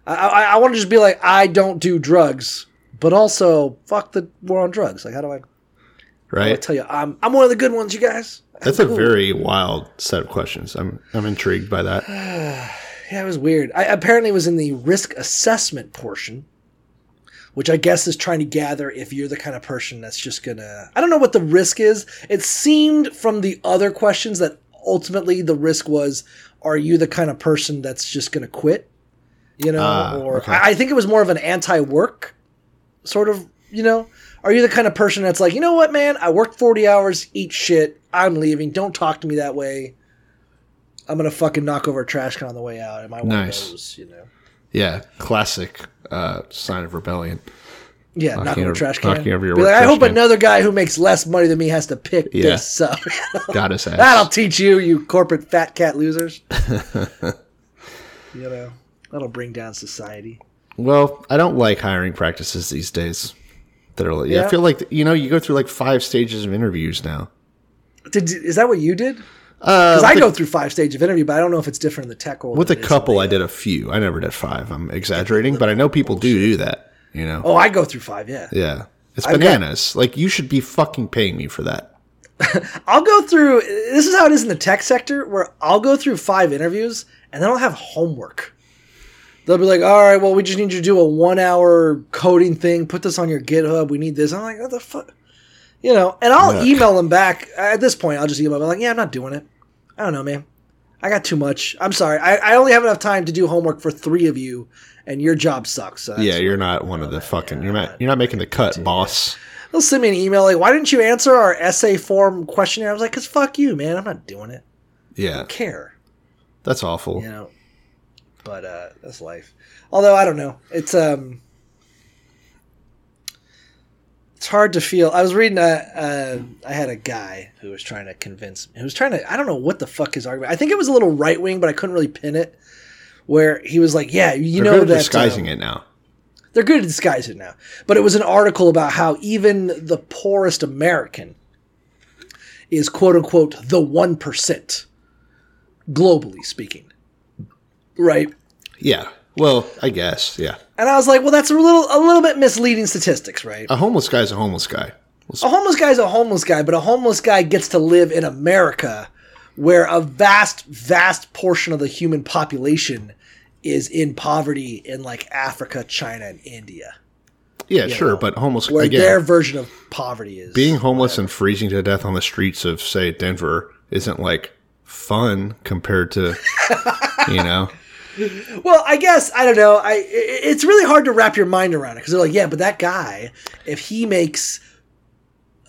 Speaker 8: I I, I want to just be like, I don't do drugs, but also fuck the war on drugs. Like, how do I, I
Speaker 9: right.
Speaker 8: tell you? I'm I'm one of the good ones, you guys.
Speaker 9: That's a very wild set of questions. I'm I'm intrigued by that.
Speaker 8: Yeah, it was weird. I apparently it was in the risk assessment portion, which I guess is trying to gather if you're the kind of person that's just gonna. I don't know what the risk is. It seemed from the other questions that ultimately the risk was: Are you the kind of person that's just gonna quit? You know,
Speaker 9: Ah,
Speaker 8: or
Speaker 9: okay.
Speaker 8: I, I think it was more of an anti-work sort of. You know, are you the kind of person that's like, you know what, man? I worked forty hours, eat shit, I'm leaving. Don't talk to me that way. I'm gonna fucking knock over a trash can on the way out. Am I one
Speaker 9: Nice.
Speaker 8: of those? You know.
Speaker 9: Yeah, classic uh, sign of rebellion.
Speaker 8: Yeah, knock
Speaker 9: Knocking
Speaker 8: over a
Speaker 9: over-
Speaker 8: trash can.
Speaker 9: knocking over your
Speaker 8: Be
Speaker 9: work
Speaker 8: like, I
Speaker 9: trash
Speaker 8: hope
Speaker 9: can."
Speaker 8: another guy who makes less money than me has to pick
Speaker 9: Yeah.
Speaker 8: this up.
Speaker 9: Got his ass.
Speaker 8: That'll teach you, you corporate fat cat losers. you know, that'll bring down society.
Speaker 9: Well, I don't like hiring practices these days. That are like, yeah.
Speaker 8: Yeah.
Speaker 9: I feel like you know you go through like five stages of interviews now.
Speaker 8: Did, is that what you did?
Speaker 9: Uh,
Speaker 8: Because I
Speaker 9: with
Speaker 8: go through five stage of interview, but I don't know if it's different in the tech world.
Speaker 9: a- with a
Speaker 8: than it is in
Speaker 9: couple,
Speaker 8: the,
Speaker 9: I
Speaker 8: uh,
Speaker 9: did a few. I never did five. I'm exaggerating, but I know people do do that. You know.
Speaker 8: Oh, I go through five. Yeah,
Speaker 9: Yeah, it's
Speaker 8: I've got-
Speaker 9: bananas. like you should be fucking paying me for that.
Speaker 8: I'll go through. This is how it is in the tech sector, where I'll go through five interviews and then I'll have homework. They'll be like, "All right, well, we just need you to do a one-hour coding thing. Put this on your GitHub. We need this." I'm like, "What the fuck?" You know, and I'll
Speaker 9: Yuck.
Speaker 8: email them back. At this point, I'll just email them like, "Yeah, I'm not doing it. I don't know, man. I got too much. I'm sorry. I, I only have enough time to do homework for three of you, and your job sucks. So that's-
Speaker 9: yeah, you're not one of the fucking. You're not. You're not making the cut, boss.
Speaker 8: They'll send me an email like, "Why didn't you answer our essay form questionnaire?" I was like, "Cause fuck you, man. I'm not doing it.
Speaker 9: Yeah,
Speaker 8: I don't care."
Speaker 9: that's awful.
Speaker 8: You know. But uh, that's life. Although I don't know, it's um, it's hard to feel. I was reading a, uh, I had a guy who was trying to convince. He was trying to. I don't know what the fuck his argument. I think it was a little right wing, but I couldn't really pin it. Where he was like, "Yeah, you
Speaker 9: They're
Speaker 8: know
Speaker 9: good
Speaker 8: that
Speaker 9: at disguising
Speaker 8: um,
Speaker 9: it now.
Speaker 8: they're good at disguising now. But it was an article about how even the poorest American is quote unquote the one percent, globally speaking, right?
Speaker 9: Yeah. Well, I guess. Yeah.
Speaker 8: And I was like, well, that's a little a little bit misleading statistics, right?
Speaker 9: A homeless guy's a homeless guy.
Speaker 8: A homeless guy's a homeless guy, but a homeless guy gets to live in America, where a vast vast portion of the human population is in poverty in like Africa, China, and India,
Speaker 9: Yeah, sure, but homeless
Speaker 8: where
Speaker 9: again.
Speaker 8: their version of poverty is
Speaker 9: being homeless and freezing to death on the streets of say Denver isn't like fun compared to you know
Speaker 8: Well, I guess I don't know. I i- it's really hard to wrap your mind around it because they're like, yeah, but that guy, if he makes,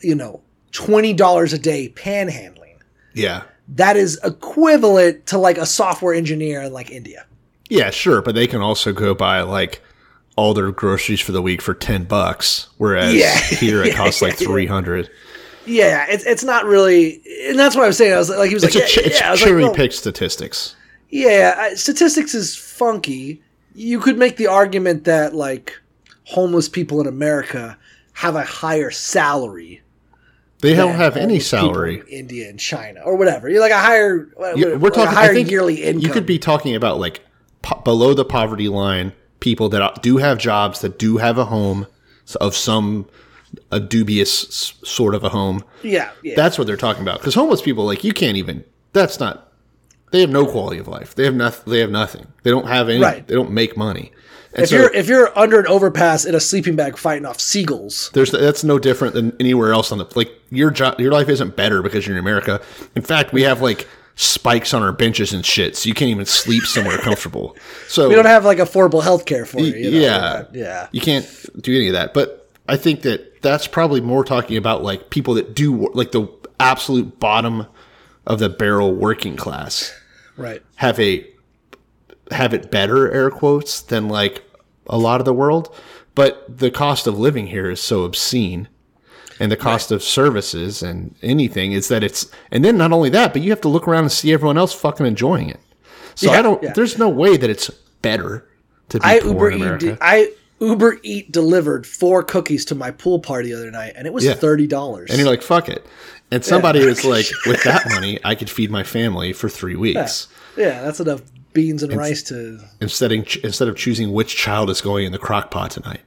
Speaker 8: you know, twenty dollars a day panhandling,
Speaker 9: yeah
Speaker 8: that is equivalent to like a software engineer in like India.
Speaker 9: yeah sure but they can also go buy like all their groceries for the week for 10 bucks whereas
Speaker 8: Yeah.
Speaker 9: here it costs like 300
Speaker 8: Yeah, it's it's not really, and that's what I was saying. I was like, he was
Speaker 9: it's
Speaker 8: like,
Speaker 9: a ch-
Speaker 8: yeah,
Speaker 9: it's
Speaker 8: yeah. I was like,
Speaker 9: cherry
Speaker 8: well,
Speaker 9: pick statistics
Speaker 8: yeah, I- statistics is funky. You could make the argument that like homeless people in America have a higher salary
Speaker 9: they don't
Speaker 8: than
Speaker 9: have any
Speaker 8: homeless people
Speaker 9: salary
Speaker 8: in India and China or whatever. You're like a higher.
Speaker 9: Yeah,
Speaker 8: We're
Speaker 9: we're
Speaker 8: talking
Speaker 9: talking I
Speaker 8: higher
Speaker 9: think
Speaker 8: yearly income.
Speaker 9: You could be talking about like po- below the poverty line people that do have jobs that do have a home s- of some a dubious s- sort of a home.
Speaker 8: Yeah, yeah.
Speaker 9: That's what they're talking about because homeless people like you can't even. That's not. They have no quality of life. They have nothing. They have nothing. They don't have any.
Speaker 8: Right.
Speaker 9: They don't make money. And
Speaker 8: if
Speaker 9: so
Speaker 8: you're if you're under an overpass in a sleeping bag fighting off seagulls.
Speaker 9: there's that's no different than anywhere else on the like your job. Your life isn't better because you're in America. In fact, we have like spikes on our benches and shit, so you can't even sleep somewhere comfortable. So
Speaker 8: We don't have like affordable health care for you. you know?
Speaker 9: yeah,
Speaker 8: yeah.
Speaker 9: You can't do any of that. But I think that that's probably more talking about like people that do wor- like the absolute bottom of the barrel working class
Speaker 8: Right.
Speaker 9: have a have it better air quotes than like a lot of the world. But the cost of living here is so obscene. And the cost of services and anything is that it's, and then not only that, but you have to look around and see everyone else fucking enjoying it. So I don't.
Speaker 8: yeah.
Speaker 9: There's no way that it's better to be
Speaker 8: I
Speaker 9: poor
Speaker 8: Uber
Speaker 9: in
Speaker 8: eat.
Speaker 9: America.
Speaker 8: de- I Uber Eat delivered four cookies to my pool party the other night, and it was
Speaker 9: Yeah.
Speaker 8: thirty dollars.
Speaker 9: And you're like, fuck it. And somebody was like, with that money, I could feed my family for three weeks.
Speaker 8: yeah, that's enough beans and rice to.
Speaker 9: Instead, of, instead of choosing which child is going in the crock pot tonight.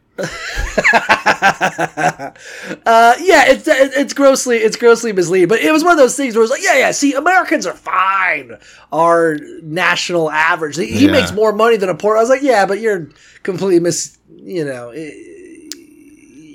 Speaker 8: Uh, yeah, it's it- it's grossly it's grossly misleading, but it was one of those things where it was like, yeah, yeah. See, Americans are fine. Our national average. He, he
Speaker 9: Yeah.
Speaker 8: makes more money than a poor. I was like, yeah, but you're completely mis. You know, i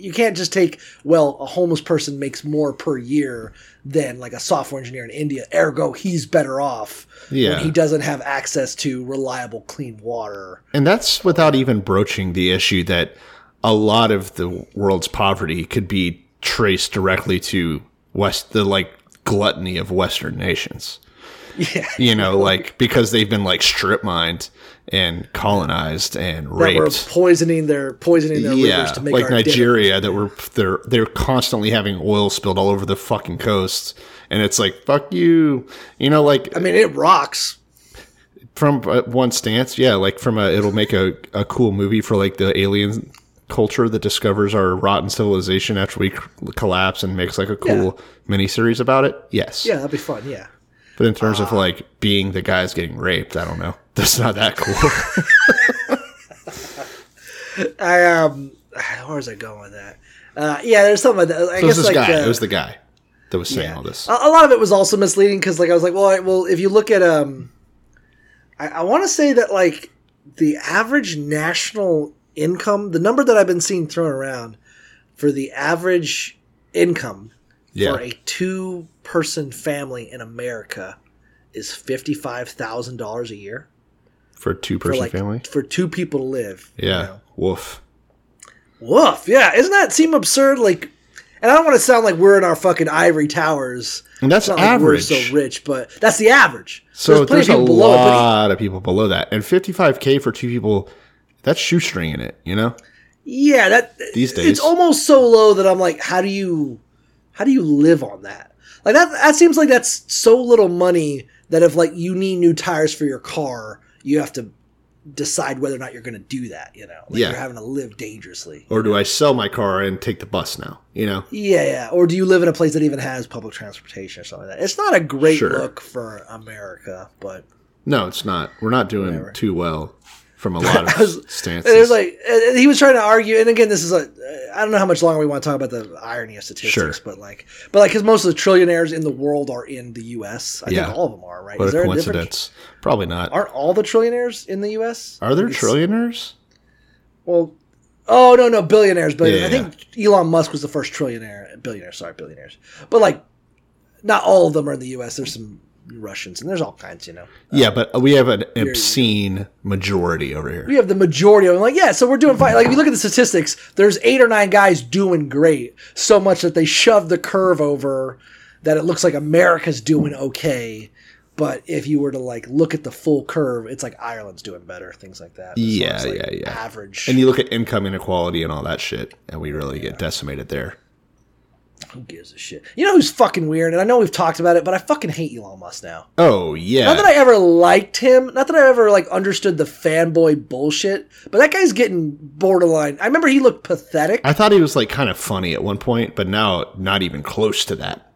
Speaker 8: you can't just take well, a homeless person makes more per year than like a software engineer in India. Ergo, he's better off. when
Speaker 9: Yeah.
Speaker 8: he doesn't have access to reliable clean water.
Speaker 9: And that's without even broaching the issue that a lot of the world's poverty could be traced directly to West, the like gluttony of Western nations. Yeah. You know, like because they've been like strip mined and colonized and
Speaker 8: That
Speaker 9: raped.
Speaker 8: we're poisoning their poisoning their rivers to make
Speaker 9: like
Speaker 8: our dinner.
Speaker 9: Nigeria that were they're they're constantly having oil spilled all over the fucking coasts, and it's like fuck you, you know, like
Speaker 8: I mean, it rocks.
Speaker 9: from uh, one stance, yeah, like from a it'll make a a cool movie for like the alien culture that discovers our rotten civilization after we c- collapse and makes like a cool miniseries about it. Yes,
Speaker 8: Yeah, Uh, that'd be fun. Yeah.
Speaker 9: But in terms of like being the guys getting raped, I don't know. That's not that cool.
Speaker 8: I um, where was I going with that? Uh, yeah, there's something like that. I
Speaker 9: it
Speaker 8: guess
Speaker 9: was this
Speaker 8: like
Speaker 9: guy.
Speaker 8: uh,
Speaker 9: it was the guy that was saying all this.
Speaker 8: A, a lot of it was also misleading because like I was like, well, I, well, if you look at um, I, I want to say that like the average national income, the number that I've been seeing thrown around for the average income
Speaker 9: yeah,
Speaker 8: for a two-person family in America is fifty five thousand dollars a year
Speaker 9: for a two
Speaker 8: for
Speaker 9: person
Speaker 8: like
Speaker 9: family.
Speaker 8: for two people to live. you
Speaker 9: Yeah.
Speaker 8: know?
Speaker 9: Woof.
Speaker 8: Woof. Yeah. Isn't that seem absurd? Like, and I don't want to sound like we're in our fucking ivory towers.
Speaker 9: And that's
Speaker 8: It's not like we're
Speaker 9: average.
Speaker 8: so rich, but that's the average.
Speaker 9: So there's, a
Speaker 8: people below it, but
Speaker 9: lot of people below that, and 55k for two people, that's shoestringing it. You know,
Speaker 8: Yeah, that
Speaker 9: These days.
Speaker 8: it's almost so low that I'm like, how do you, how do you live on that? Like that that seems like that's so little money that if like you need new tires for your car, you have to decide whether or not you're going to do that. You know, like
Speaker 9: Yeah.
Speaker 8: you're having to live dangerously.
Speaker 9: or do I sell my car and take the bus now? You know,
Speaker 8: Yeah, yeah. Or do you live in a place that even has public transportation or something like that? It's not a great
Speaker 9: Sure.
Speaker 8: look for America, but
Speaker 9: no, it's not. We're not doing
Speaker 8: Whatever.
Speaker 9: too well from a lot of stances.
Speaker 8: It was like and he was trying to argue, and again, this is like I don't know how much longer we want to talk about the irony of statistics,
Speaker 9: Sure.
Speaker 8: but like, but like, because most of the trillionaires in the world are in the U.S. I
Speaker 9: Yeah.
Speaker 8: think all of them are, right?
Speaker 9: what
Speaker 8: Is
Speaker 9: a
Speaker 8: there difference?
Speaker 9: coincidence. Probably not. Are,
Speaker 8: Aren't all the trillionaires in the U.S.?
Speaker 9: there
Speaker 8: It's- Uh,
Speaker 9: trillionaires?
Speaker 8: Well, oh no, no, billionaires, billionaires.
Speaker 9: Yeah,
Speaker 8: I think Elon Musk was the first trillionaire, billionaire. Sorry, billionaires. But like, not all of them are in the U.S. There's some Russians, and there's all kinds, you know.
Speaker 9: yeah, but we have an obscene majority over here.
Speaker 8: we have the majority of them. Like, yeah, so we're doing fine. Like, if you look at the statistics, there's eight or nine guys doing great, so much that they shove the curve over that it looks like America's doing okay. But if you were to like look at the full curve, it's like Ireland's doing better, things like that. As far
Speaker 9: Yeah,
Speaker 8: as, like,
Speaker 9: yeah, yeah.
Speaker 8: Average.
Speaker 9: And you look at income inequality and all that shit, and we really get decimated there.
Speaker 8: who gives a shit? You know who's fucking weird, and I know we've talked about it, but I fucking hate Elon Musk now.
Speaker 9: Oh yeah,
Speaker 8: Not that I ever liked him. Not that I ever like understood the fanboy bullshit. But that guy's getting borderline. I remember he looked pathetic.
Speaker 9: I thought he was like kind of funny at one point, but now not even close to that.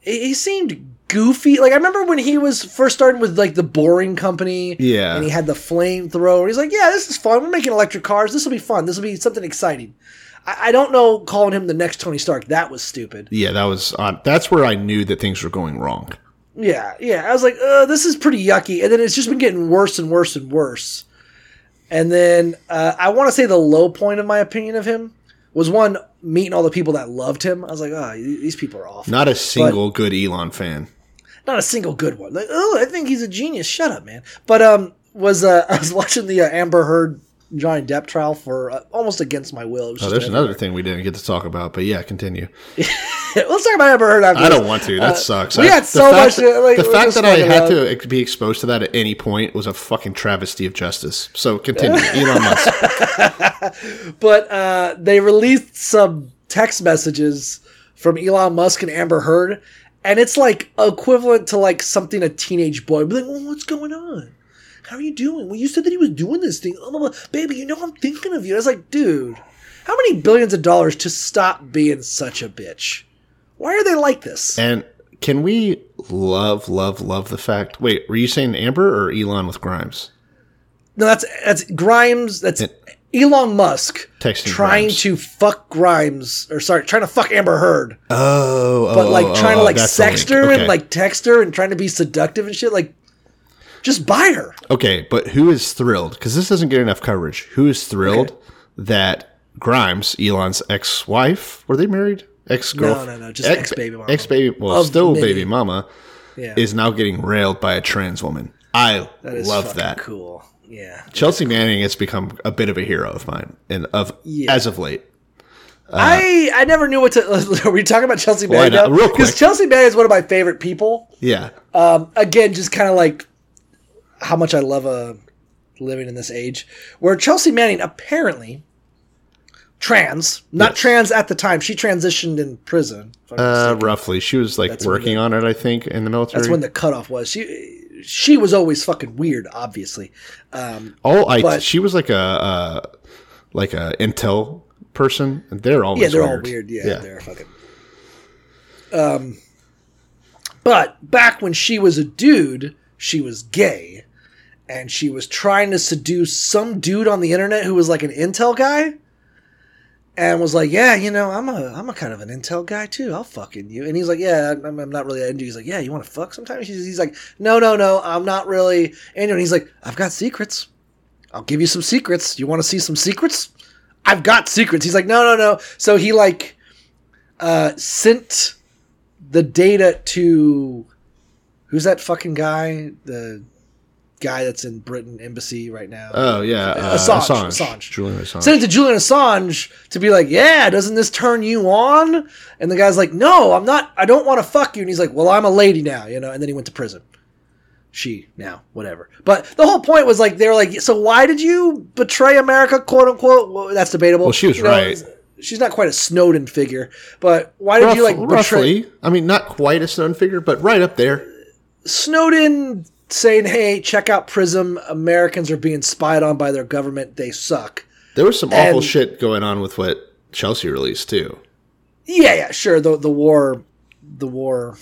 Speaker 8: he he seemed goofy. Like I remember when he was first starting with like the boring company.
Speaker 9: Yeah.
Speaker 8: And he had the flamethrower. He's like, Yeah, this is fun. We're making electric cars. This will be fun. This will be something exciting. I, I don't know calling him the next Tony Stark. That was stupid.
Speaker 9: Yeah, that was odd. That's where I knew that things were going wrong.
Speaker 8: Yeah, yeah. I was like, uh, this is pretty yucky. And then it's just been getting worse and worse and worse. And then uh, I want to say the low point of my opinion of him was one meeting all the people that loved him. I was like, oh, these people are awful.
Speaker 9: Not a single good Elon fan.
Speaker 8: not a single good one. Like, oh, I think he's a genius. Shut up, man. But um, was uh, I was watching the uh, Amber Heard Johnny Depp trial for uh, almost against my will. It was
Speaker 9: Oh,
Speaker 8: just
Speaker 9: there's
Speaker 8: an-
Speaker 9: another thing we didn't get to talk about, but yeah, continue.
Speaker 8: Let's talk about Amber Heard. After
Speaker 9: I
Speaker 8: this.
Speaker 9: don't want to. That sucks.
Speaker 8: Uh, we
Speaker 9: I-
Speaker 8: had so
Speaker 9: fact
Speaker 8: much,
Speaker 9: That,
Speaker 8: uh, like,
Speaker 9: the
Speaker 8: we're
Speaker 9: fact
Speaker 8: just
Speaker 9: that I
Speaker 8: fucking
Speaker 9: had
Speaker 8: around.
Speaker 9: to ex- be exposed to that at any point was a fucking travesty of justice. So continue, Elon Musk.
Speaker 8: But uh, they released some text messages from Elon Musk and Amber Heard, and it's like equivalent to like something a teenage boy would be like, well, what's going on? How are you doing? Well, you said that he was doing this thing. Oh, blah, blah. baby, you know I'm thinking of you. I was like, dude, how many billions of dollars to stop being such a bitch? Why are they like this?
Speaker 9: And can we love, love, love the fact? Wait, were you saying Amber or Elon with Grimes?
Speaker 8: No, that's that's Grimes. That's
Speaker 9: It-
Speaker 8: Elon Musk
Speaker 9: Texting
Speaker 8: trying
Speaker 9: Grimes.
Speaker 8: to fuck Grimes, or sorry, trying to fuck Amber Heard.
Speaker 9: Oh,
Speaker 8: but
Speaker 9: oh,
Speaker 8: like
Speaker 9: oh,
Speaker 8: trying
Speaker 9: oh,
Speaker 8: to like
Speaker 9: that's the link.
Speaker 8: sext her
Speaker 9: Okay.
Speaker 8: and like text her and trying to be seductive and shit. Like, just buy her.
Speaker 9: Okay, but who is thrilled? Because this doesn't get enough coverage. Who is thrilled that Grimes, Elon's ex-wife, were they married? Ex-girlfriend?
Speaker 8: no, no, just ex-baby mama.
Speaker 9: Ex-baby, well,
Speaker 8: Of
Speaker 9: still
Speaker 8: many.
Speaker 9: baby mama,
Speaker 8: Yeah,
Speaker 9: is now getting railed by a trans woman. I
Speaker 8: is
Speaker 9: love
Speaker 8: fucking
Speaker 9: that.
Speaker 8: Cool. Yeah,
Speaker 9: Chelsea Manning has become a bit of a hero of mine, and of
Speaker 8: Yeah.
Speaker 9: as of late.
Speaker 8: I I never knew what to. Are we talking about Chelsea
Speaker 9: Uh-huh. Why
Speaker 8: Manning?
Speaker 9: not? Real
Speaker 8: Because
Speaker 9: quick.
Speaker 8: Chelsea Manning is one of my favorite people.
Speaker 9: Yeah,
Speaker 8: Um, again, just kind of like how much I love uh, living in this age, where Chelsea Manning apparently trans, not
Speaker 9: Yes.
Speaker 8: trans at the time. She transitioned in prison. if I'm
Speaker 9: uh, roughly. She was like
Speaker 8: when
Speaker 9: working on it, I think, in the military.
Speaker 8: That's when the cutoff was. She she was always fucking weird, obviously. Um,
Speaker 9: All Oh, I
Speaker 8: but-
Speaker 9: she was like a uh, like a intel person. and They're always
Speaker 8: yeah, they're
Speaker 9: weird.
Speaker 8: all weird. Yeah, they're fucking. Um, but back when she was a dude, she was gay, and she was trying to seduce some dude on the internet who was like an intel guy, and was like, "Yeah, you know, I'm a I'm a kind of an intel guy too. I'll fucking you." And he's like, "Yeah, I'm, I'm not really into." you." He's like, "Yeah, you want to fuck sometimes?" He's, he's like, "No, no, no, I'm not really into." And he's like, "I've got secrets." I'll give you some secrets. You want to see some secrets? I've got secrets. He's like, no, no, no. So he like uh, sent the data to Who's that fucking guy? The guy that's in Britain embassy right now.
Speaker 9: Oh yeah, uh,
Speaker 8: Assange,
Speaker 9: Assange,
Speaker 8: Assange.
Speaker 9: Julian Assange.
Speaker 8: Send it to Julian Assange to be like, yeah, doesn't this turn you on? And the guy's like, no, I'm not. I don't want to fuck you. And he's like, well, I'm a lady now, you know. And then he went to prison. She now, whatever. But the whole point was like they were like, so why did you betray America, quote unquote? Well, that's debatable.
Speaker 9: Well, she was
Speaker 8: You know,
Speaker 9: right.
Speaker 8: She's not quite a Snowden figure, but why did
Speaker 9: Rough-
Speaker 8: you like betray?
Speaker 9: roughly? I mean, not quite a stone figure, but right up there.
Speaker 8: Snowden saying, "Hey, check out Prism. Americans are being spied on by their government. They suck."
Speaker 9: There was some awful
Speaker 8: And-
Speaker 9: shit going on with what Chelsea released too.
Speaker 8: Yeah, yeah, sure. The the war, the war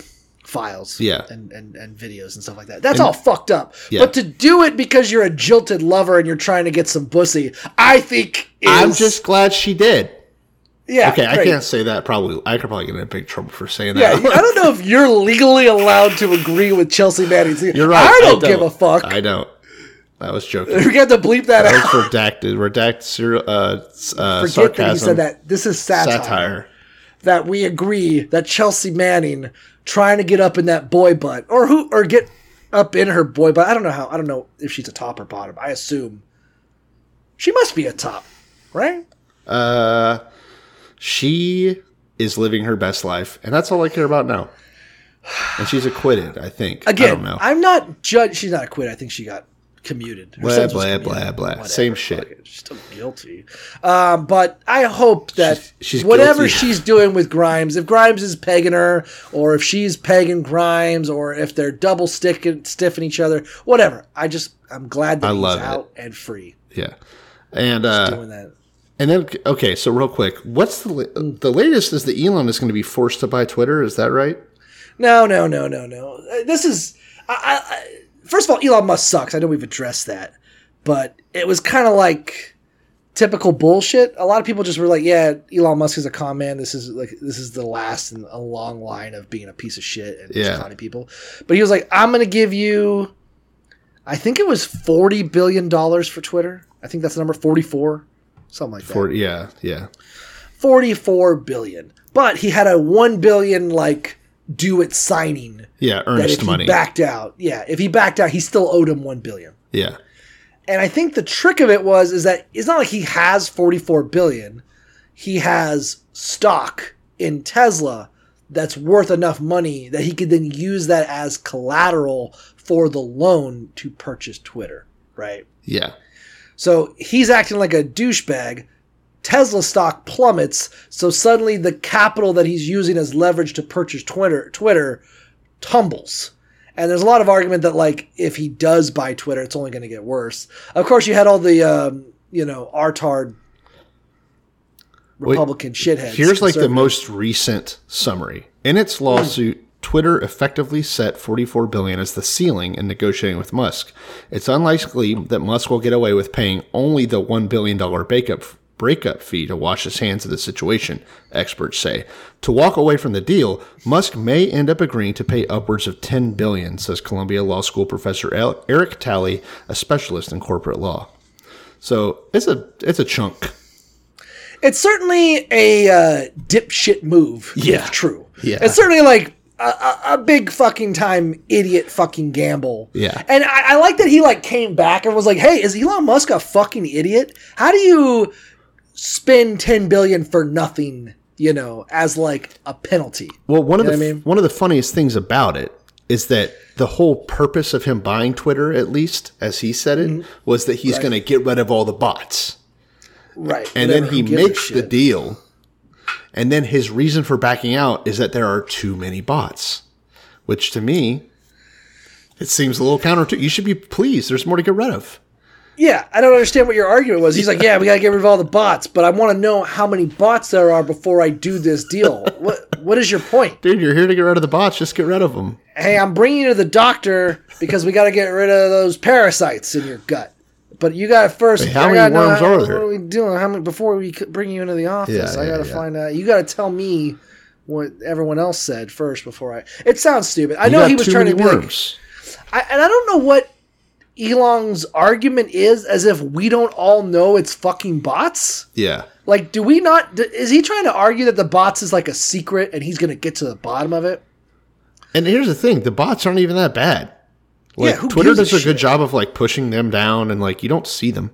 Speaker 8: files,
Speaker 9: Yeah.
Speaker 8: and and, and videos and stuff like that. That's all fucked up.
Speaker 9: Yeah.
Speaker 8: But to do it because you're a jilted lover and you're trying to get some pussy, I think is,
Speaker 9: I'm just glad she did.
Speaker 8: yeah.
Speaker 9: Okay, I
Speaker 8: great.
Speaker 9: can't say that. Probably, I could probably get in big trouble for saying
Speaker 8: Yeah,
Speaker 9: that.
Speaker 8: I don't know if you're legally allowed to agree with Chelsea Manning's.
Speaker 9: You're right.
Speaker 8: I don't, give a fuck.
Speaker 9: I don't. I was joking.
Speaker 8: we got to bleep that
Speaker 9: That was
Speaker 8: out.
Speaker 9: redacted. Redact. ser- Uh, s- uh,
Speaker 8: Forget
Speaker 9: sarcasm.
Speaker 8: that he said that. This is
Speaker 9: Satire.
Speaker 8: that we agree that Chelsea Manning trying to get up in that boy butt or who or get up in her boy butt. I don't know how. I don't know if she's a top or bottom. I assume she must be a top, right?
Speaker 9: Uh, she is living her best life, and that's all I care about now. And she's acquitted. I think. I don't
Speaker 8: Again,
Speaker 9: know.
Speaker 8: I'm not judge. She's not a quit. I think she got commuted. Her
Speaker 9: Blah,
Speaker 8: sentence was
Speaker 9: blah,
Speaker 8: commuted.
Speaker 9: blah, blah.
Speaker 8: Whatever,
Speaker 9: Same
Speaker 8: fuck
Speaker 9: shit.
Speaker 8: it. She's still guilty. Um, but I hope that
Speaker 9: She's- she's
Speaker 8: whatever
Speaker 9: guilty.
Speaker 8: she's doing with Grimes, if Grimes is pegging her, or if she's pegging Grimes, or if they're double sticking, stiffing each other, whatever. I just, I'm glad that
Speaker 9: I
Speaker 8: he's
Speaker 9: love it.
Speaker 8: out and free
Speaker 9: yeah. And uh,
Speaker 8: doing that.
Speaker 9: and then okay. So real quick, what's the la- the latest? Is that Elon is going to be forced to buy Twitter? Is that right?
Speaker 8: No, no, no, no, no. Uh, This is. I, I, I, first of all, Elon Musk sucks. I know we've addressed that, but it was kind of like typical bullshit. A lot of people just were like, "Yeah, Elon Musk is a con man. This is like this is the last in a long line of being a piece of shit and
Speaker 9: Yeah.
Speaker 8: just conning people." But he was like, "I'm gonna give you." I think it was forty billion dollars for Twitter. I think that's the number forty-four, something like that.
Speaker 9: For yeah, yeah.
Speaker 8: 44 billion. But he had a 1 billion like due at signing that
Speaker 9: Yeah,
Speaker 8: if
Speaker 9: earnest
Speaker 8: he
Speaker 9: money.
Speaker 8: backed out. Yeah, if he backed out, he still owed him 1 billion.
Speaker 9: yeah.
Speaker 8: And I think the trick of it was is that it's not like he has 44 billion. He has stock in Tesla that's worth enough money that he could then use that as collateral for the loan to purchase Twitter, right?
Speaker 9: Yeah.
Speaker 8: So he's acting like a douchebag. Tesla stock plummets, so suddenly the capital that he's using as leverage to purchase Twitter Twitter tumbles. And there's a lot of argument that like if he does buy Twitter, it's only going to get worse. Of course, you had all the um, you know artard Republican shitheads.
Speaker 9: Here's like the
Speaker 8: conservative-
Speaker 9: most recent summary. In its lawsuit, Twitter effectively set 44 billion as the ceiling in negotiating with Musk. It's unlikely that Musk will get away with paying only the 1 billion dollar breakup breakup fee to wash his hands of the situation, experts say. To walk away from the deal, Musk may end up agreeing to pay upwards of 10 billion, says Columbia Law School professor El- Eric Talley, a specialist in corporate law. So, it's a it's a chunk.
Speaker 8: it's certainly a uh, dipshit move.
Speaker 9: Yeah.
Speaker 8: if true.
Speaker 9: Yeah.
Speaker 8: it's certainly like a, a, a big fucking time idiot fucking gamble.
Speaker 9: Yeah.
Speaker 8: and I, I like that he like came back and was like, "Hey, is Elon Musk a fucking idiot? How do you spend ten billion for nothing? You know, as like a penalty."
Speaker 9: Well, one of
Speaker 8: You know
Speaker 9: the
Speaker 8: what I mean?
Speaker 9: one of the funniest things about it is that the whole purpose of him buying Twitter, at least as he said it,
Speaker 8: Mm-hmm.
Speaker 9: was that he's going to get rid of all the bots,
Speaker 8: Right,
Speaker 9: and
Speaker 8: whatever,
Speaker 9: then he
Speaker 8: who gives a
Speaker 9: makes the
Speaker 8: shit?
Speaker 9: deal. And then his reason for backing out is that there are too many bots, which to me, it seems a little counter to. You should be pleased. There's more to get rid of.
Speaker 8: Yeah, I don't understand what your argument was. He's like, "Yeah, we gotta get rid of all the bots," but I want to know how many bots there are before I do this deal. what What is your point?
Speaker 9: Dude, you're here to get rid of the bots. Just get rid of them.
Speaker 8: hey, I'm bringing you to the doctor because we got to get rid of those parasites in your gut. But you got to first.
Speaker 9: Wait, how
Speaker 8: I
Speaker 9: many
Speaker 8: gotta know
Speaker 9: worms
Speaker 8: how-
Speaker 9: are there?
Speaker 8: What are we doing? How many before we c- bring you into the office?
Speaker 9: Yeah,
Speaker 8: I
Speaker 9: yeah,
Speaker 8: got to
Speaker 9: yeah.
Speaker 8: find out. You got to tell me what everyone else said first before I. It sounds stupid. I
Speaker 9: You
Speaker 8: know
Speaker 9: got
Speaker 8: he was
Speaker 9: too
Speaker 8: trying to
Speaker 9: many
Speaker 8: be like,
Speaker 9: worms.
Speaker 8: I, and I don't know what Elon's argument is, as if we don't all know it's fucking bots.
Speaker 9: yeah.
Speaker 8: Like, do we not? d- Is he trying to argue that the bots is like a secret and he's going to get to the bottom of it?
Speaker 9: And here's the thing: the bots aren't even that bad. Like
Speaker 8: who
Speaker 9: Twitter
Speaker 8: gives a
Speaker 9: does a,
Speaker 8: shit?
Speaker 9: good job of like pushing them down, and like you don't see them.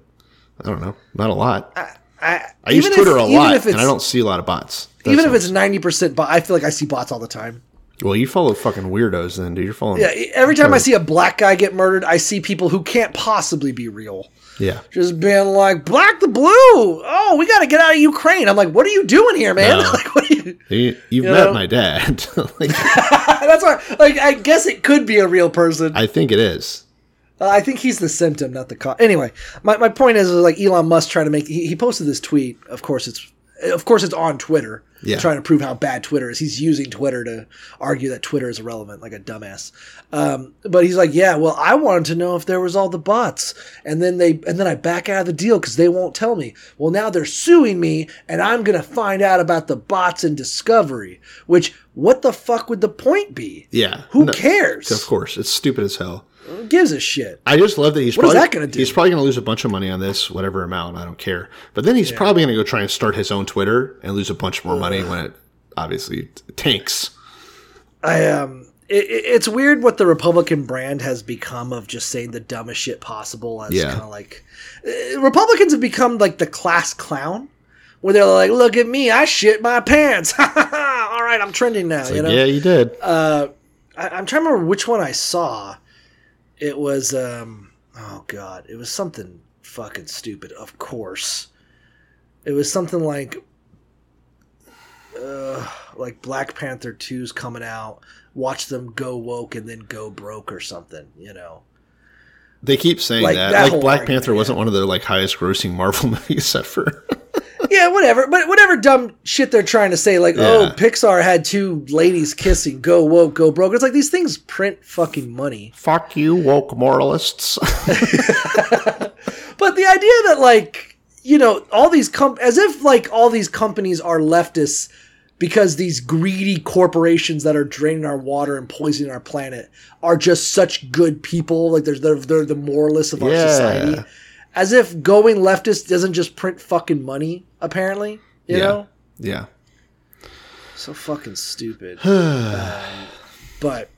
Speaker 9: I don't know, not a lot.
Speaker 8: Uh,
Speaker 9: I,
Speaker 8: I
Speaker 9: use Twitter a lot, and I don't see a lot of bots. That's
Speaker 8: even if
Speaker 9: all.
Speaker 8: it's ninety percent bot, I feel like I see bots all the time.
Speaker 9: well, you follow fucking weirdos, then, dude. You're following.
Speaker 8: Yeah, e, every time I
Speaker 9: Totally.
Speaker 8: see a black guy get murdered, I see people who can't possibly be real.
Speaker 9: yeah.
Speaker 8: Just being like, black the blue. Oh, we got to get out of Ukraine. I'm like, what are you doing here, man?
Speaker 9: No.
Speaker 8: Like, what are you?
Speaker 9: You, have
Speaker 8: You
Speaker 9: met
Speaker 8: know?
Speaker 9: my dad. Like,
Speaker 8: That's why, like, I guess it could be a real person.
Speaker 9: I think it is.
Speaker 8: Uh, I think he's the symptom, not the cause. Anyway, my, my point is, is, like Elon Musk trying to make he, he posted this tweet. Of course, it's of course it's on Twitter.
Speaker 9: Yeah.
Speaker 8: Trying to prove how bad Twitter is. He's using Twitter to argue that Twitter is irrelevant, like a dumbass. Um, but he's like, yeah, well, I wanted to know if there was all the bots, and then they and then I back out of the deal because they won't tell me. Well, now they're suing me, and I'm gonna find out about the bots and Discovery. Which what the fuck would the point be?
Speaker 9: Yeah.
Speaker 8: Who
Speaker 9: No,
Speaker 8: cares?
Speaker 9: Of course, it's stupid as hell.
Speaker 8: Who gives a shit?
Speaker 9: I just love that he's
Speaker 8: What is
Speaker 9: probably,
Speaker 8: that gonna do?
Speaker 9: He's probably going to lose a bunch of money on this, whatever amount. I don't care. But then he's probably going to go try and start his own Twitter and lose a bunch more money when it obviously tanks.
Speaker 8: I um, it, it- it's weird what the Republican brand has become of just saying the dumbest shit possible. As
Speaker 9: Yeah.
Speaker 8: kind of like eh, Republicans have become like the class clown, where they're like, "Look at me, I shit my pants." All right, I'm trending now.
Speaker 9: Like,
Speaker 8: you know,
Speaker 9: yeah, you did.
Speaker 8: Uh, I, I'm trying to remember which one I saw. It was um, oh god, it was something fucking stupid. Of course, it was something like uh, like Black Panther 2's coming out. Watch them go woke and then go broke or something, you know.
Speaker 9: they keep saying
Speaker 8: like,
Speaker 9: that.
Speaker 8: that whole
Speaker 9: Like Black
Speaker 8: argument,
Speaker 9: Panther wasn't one of the like highest grossing Marvel movies set for.
Speaker 8: Yeah, whatever. But whatever dumb shit they're trying to say, like,
Speaker 9: Yeah.
Speaker 8: oh, Pixar had two ladies kissing, go woke, go broke. It's like these things print fucking money.
Speaker 9: Fuck you, woke moralists.
Speaker 8: But the idea that like, you know, all these com as if like all these companies are leftists because these greedy corporations that are draining our water and poisoning our planet are just such good people. Like they're they're, they're the moralists of our
Speaker 9: Yeah.
Speaker 8: society. As if going leftist doesn't just print fucking money, apparently. You
Speaker 9: Yeah.
Speaker 8: know?
Speaker 9: yeah.
Speaker 8: So fucking stupid. um, but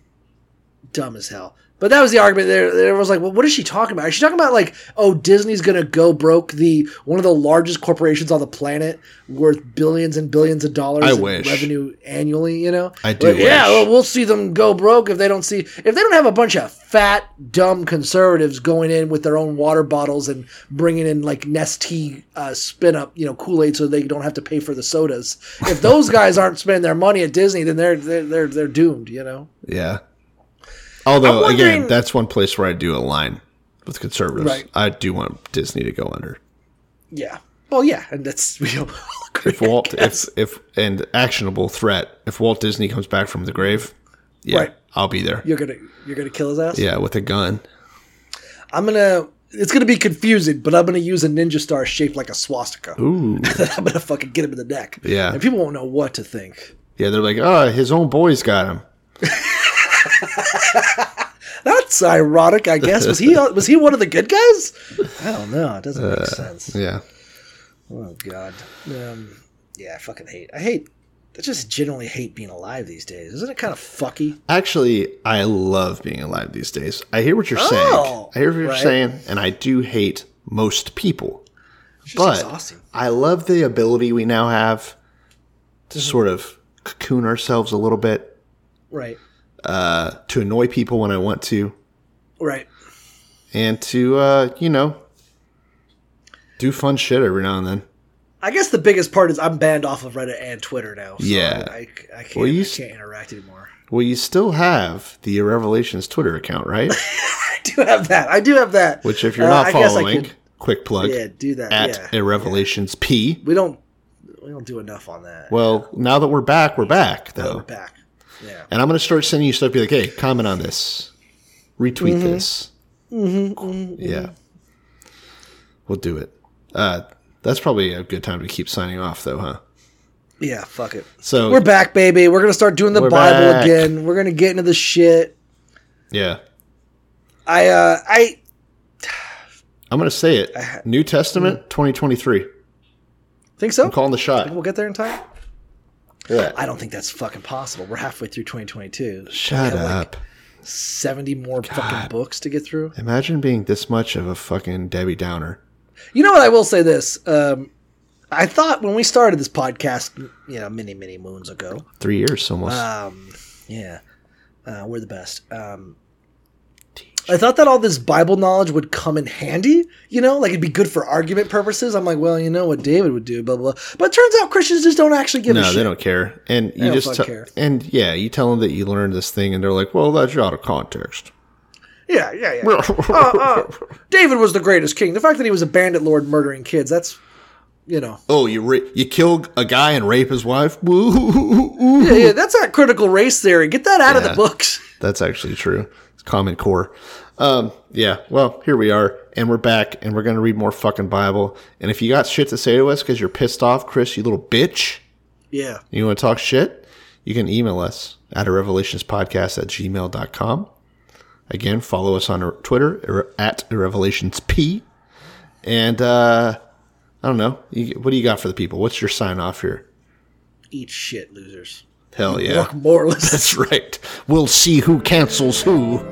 Speaker 8: dumb as hell. But that was the argument. There, there was like, well, what is she talking about? Is she talking about like, oh, Disney's gonna go broke, the one of the largest corporations on the planet, worth billions and billions of dollars
Speaker 9: I
Speaker 8: in
Speaker 9: wish.
Speaker 8: revenue annually. You know,
Speaker 9: I do
Speaker 8: Like, Yeah,
Speaker 9: wish.
Speaker 8: well, we'll see them go broke if they don't see if they don't have a bunch of fat, dumb conservatives going in with their own water bottles and bringing in like Nestea uh, spin up, you know, Kool Aid, so they don't have to pay for the sodas. If those guys aren't spending their money at Disney, then they're they're they're, they're doomed. You know.
Speaker 9: Yeah. Although
Speaker 8: I'm
Speaker 9: again,
Speaker 8: wondering-
Speaker 9: that's one place where I do align with conservatives.
Speaker 8: Right.
Speaker 9: I do want Disney to go under.
Speaker 8: Yeah. Well, yeah, and that's we all agree.
Speaker 9: If Walt, if if and actionable threat, if Walt Disney comes back from the grave, yeah,
Speaker 8: Right.
Speaker 9: I'll be there.
Speaker 8: you're gonna you're gonna kill his ass.
Speaker 9: Yeah, with a gun.
Speaker 8: I'm gonna. It's gonna be confusing, but I'm gonna use a ninja star shaped like a swastika.
Speaker 9: Ooh.
Speaker 8: I'm gonna fucking get him in the neck.
Speaker 9: Yeah.
Speaker 8: And people won't know what to think.
Speaker 9: Yeah, they're like, oh, his own boys got him.
Speaker 8: That's ironic, I guess. Was he was he one of the good guys? I don't know. It doesn't
Speaker 9: Uh.
Speaker 8: make sense.
Speaker 9: Yeah.
Speaker 8: Oh god. Um, yeah, I fucking hate. I hate. I just generally hate being alive these days. Isn't it kind of fucky?
Speaker 9: Actually, I love being alive these days. I hear what you're
Speaker 8: Oh,
Speaker 9: saying. I hear what you're
Speaker 8: right.
Speaker 9: saying, and I do hate most people.
Speaker 8: It's just
Speaker 9: But
Speaker 8: exhausting.
Speaker 9: I love the ability we now have to
Speaker 8: Mm-hmm.
Speaker 9: sort of cocoon ourselves a little bit,
Speaker 8: Right.
Speaker 9: uh, to annoy people when I want to,
Speaker 8: Right.
Speaker 9: and to, uh, you know, do fun shit every now and then.
Speaker 8: I guess the biggest part is I'm banned off of Reddit and Twitter now. So
Speaker 9: Yeah.
Speaker 8: I, I can't.
Speaker 9: Well, you
Speaker 8: I
Speaker 9: s-
Speaker 8: can't interact anymore.
Speaker 9: Well, you still have the Revelations Twitter account, right?
Speaker 8: I do have that. I do have that.
Speaker 9: Which, if you're
Speaker 8: Uh,
Speaker 9: not
Speaker 8: I guess I
Speaker 9: following,
Speaker 8: could-
Speaker 9: quick plug
Speaker 8: yeah, do that.
Speaker 9: at
Speaker 8: yeah.
Speaker 9: Irrevelations P.
Speaker 8: we don't. We don't do enough on that.
Speaker 9: Well, now that we're back, we're back though,
Speaker 8: We're back. Yeah.
Speaker 9: and I'm gonna start sending you stuff. Be like, hey, comment on this, retweet this. Mm-hmm, yeah, we'll do it. Uh, that's probably a good time to keep signing off, though, huh?
Speaker 8: Yeah. Fuck it.
Speaker 9: So
Speaker 8: We're back, baby. We're gonna start doing the
Speaker 9: We're
Speaker 8: Bible
Speaker 9: back.
Speaker 8: again. We're gonna get into the shit.
Speaker 9: Yeah,
Speaker 8: I uh I
Speaker 9: I'm gonna say it. New
Speaker 8: Mm.
Speaker 9: Testament, 2023.
Speaker 8: think so.
Speaker 9: I'm calling the
Speaker 8: Think
Speaker 9: shot.
Speaker 8: we'll get there in time.
Speaker 9: Yeah.
Speaker 8: I don't think that's fucking possible. We're halfway through 2022.
Speaker 9: Shut
Speaker 8: We have,
Speaker 9: up.
Speaker 8: 70 more fucking books to get through.
Speaker 9: Imagine being this much of a fucking Debbie Downer.
Speaker 8: You know what? I will say this. Um, I thought when we started this podcast, you know, many, many moons ago,
Speaker 9: Three years almost.
Speaker 8: um, yeah, uh, we're the best. Um, I thought that all this Bible knowledge would come in handy, you know, like it'd be good for argument purposes. I'm like, well, you know what David would do, blah, blah, blah. But it turns out Christians just don't actually give a
Speaker 9: no,
Speaker 8: shit.
Speaker 9: they don't care. And you
Speaker 8: don't
Speaker 9: just
Speaker 8: fuck
Speaker 9: te-
Speaker 8: care.
Speaker 9: and yeah, you tell them that you learned this thing, and they're like, "Well, that's out of context."
Speaker 8: Yeah, yeah, yeah. Uh, uh, David was the greatest king. The fact that he was a bandit lord murdering kids, that's, you know,
Speaker 9: Oh, you ra- you kill a guy and rape his wife? Woo!
Speaker 8: yeah, yeah, that's not critical race theory. Get that out of the
Speaker 9: Yeah.
Speaker 8: books.
Speaker 9: That's actually true. It's Common Core. Um, yeah. Well, here we are, and we're back, and we're gonna read more fucking Bible. And if you got shit to say to us because you're pissed off, Chris, you little bitch,
Speaker 8: Yeah.
Speaker 9: you want to talk shit, you can email us at a revelationspodcast at gmail.com. Again, follow us on Twitter ir- at irrevelationsp. And uh, I don't know. You, what do you got for the people? What's your sign off here?
Speaker 8: Eat shit, losers.
Speaker 9: Hell yeah.
Speaker 8: More or less.
Speaker 9: That's right. We'll see who cancels who.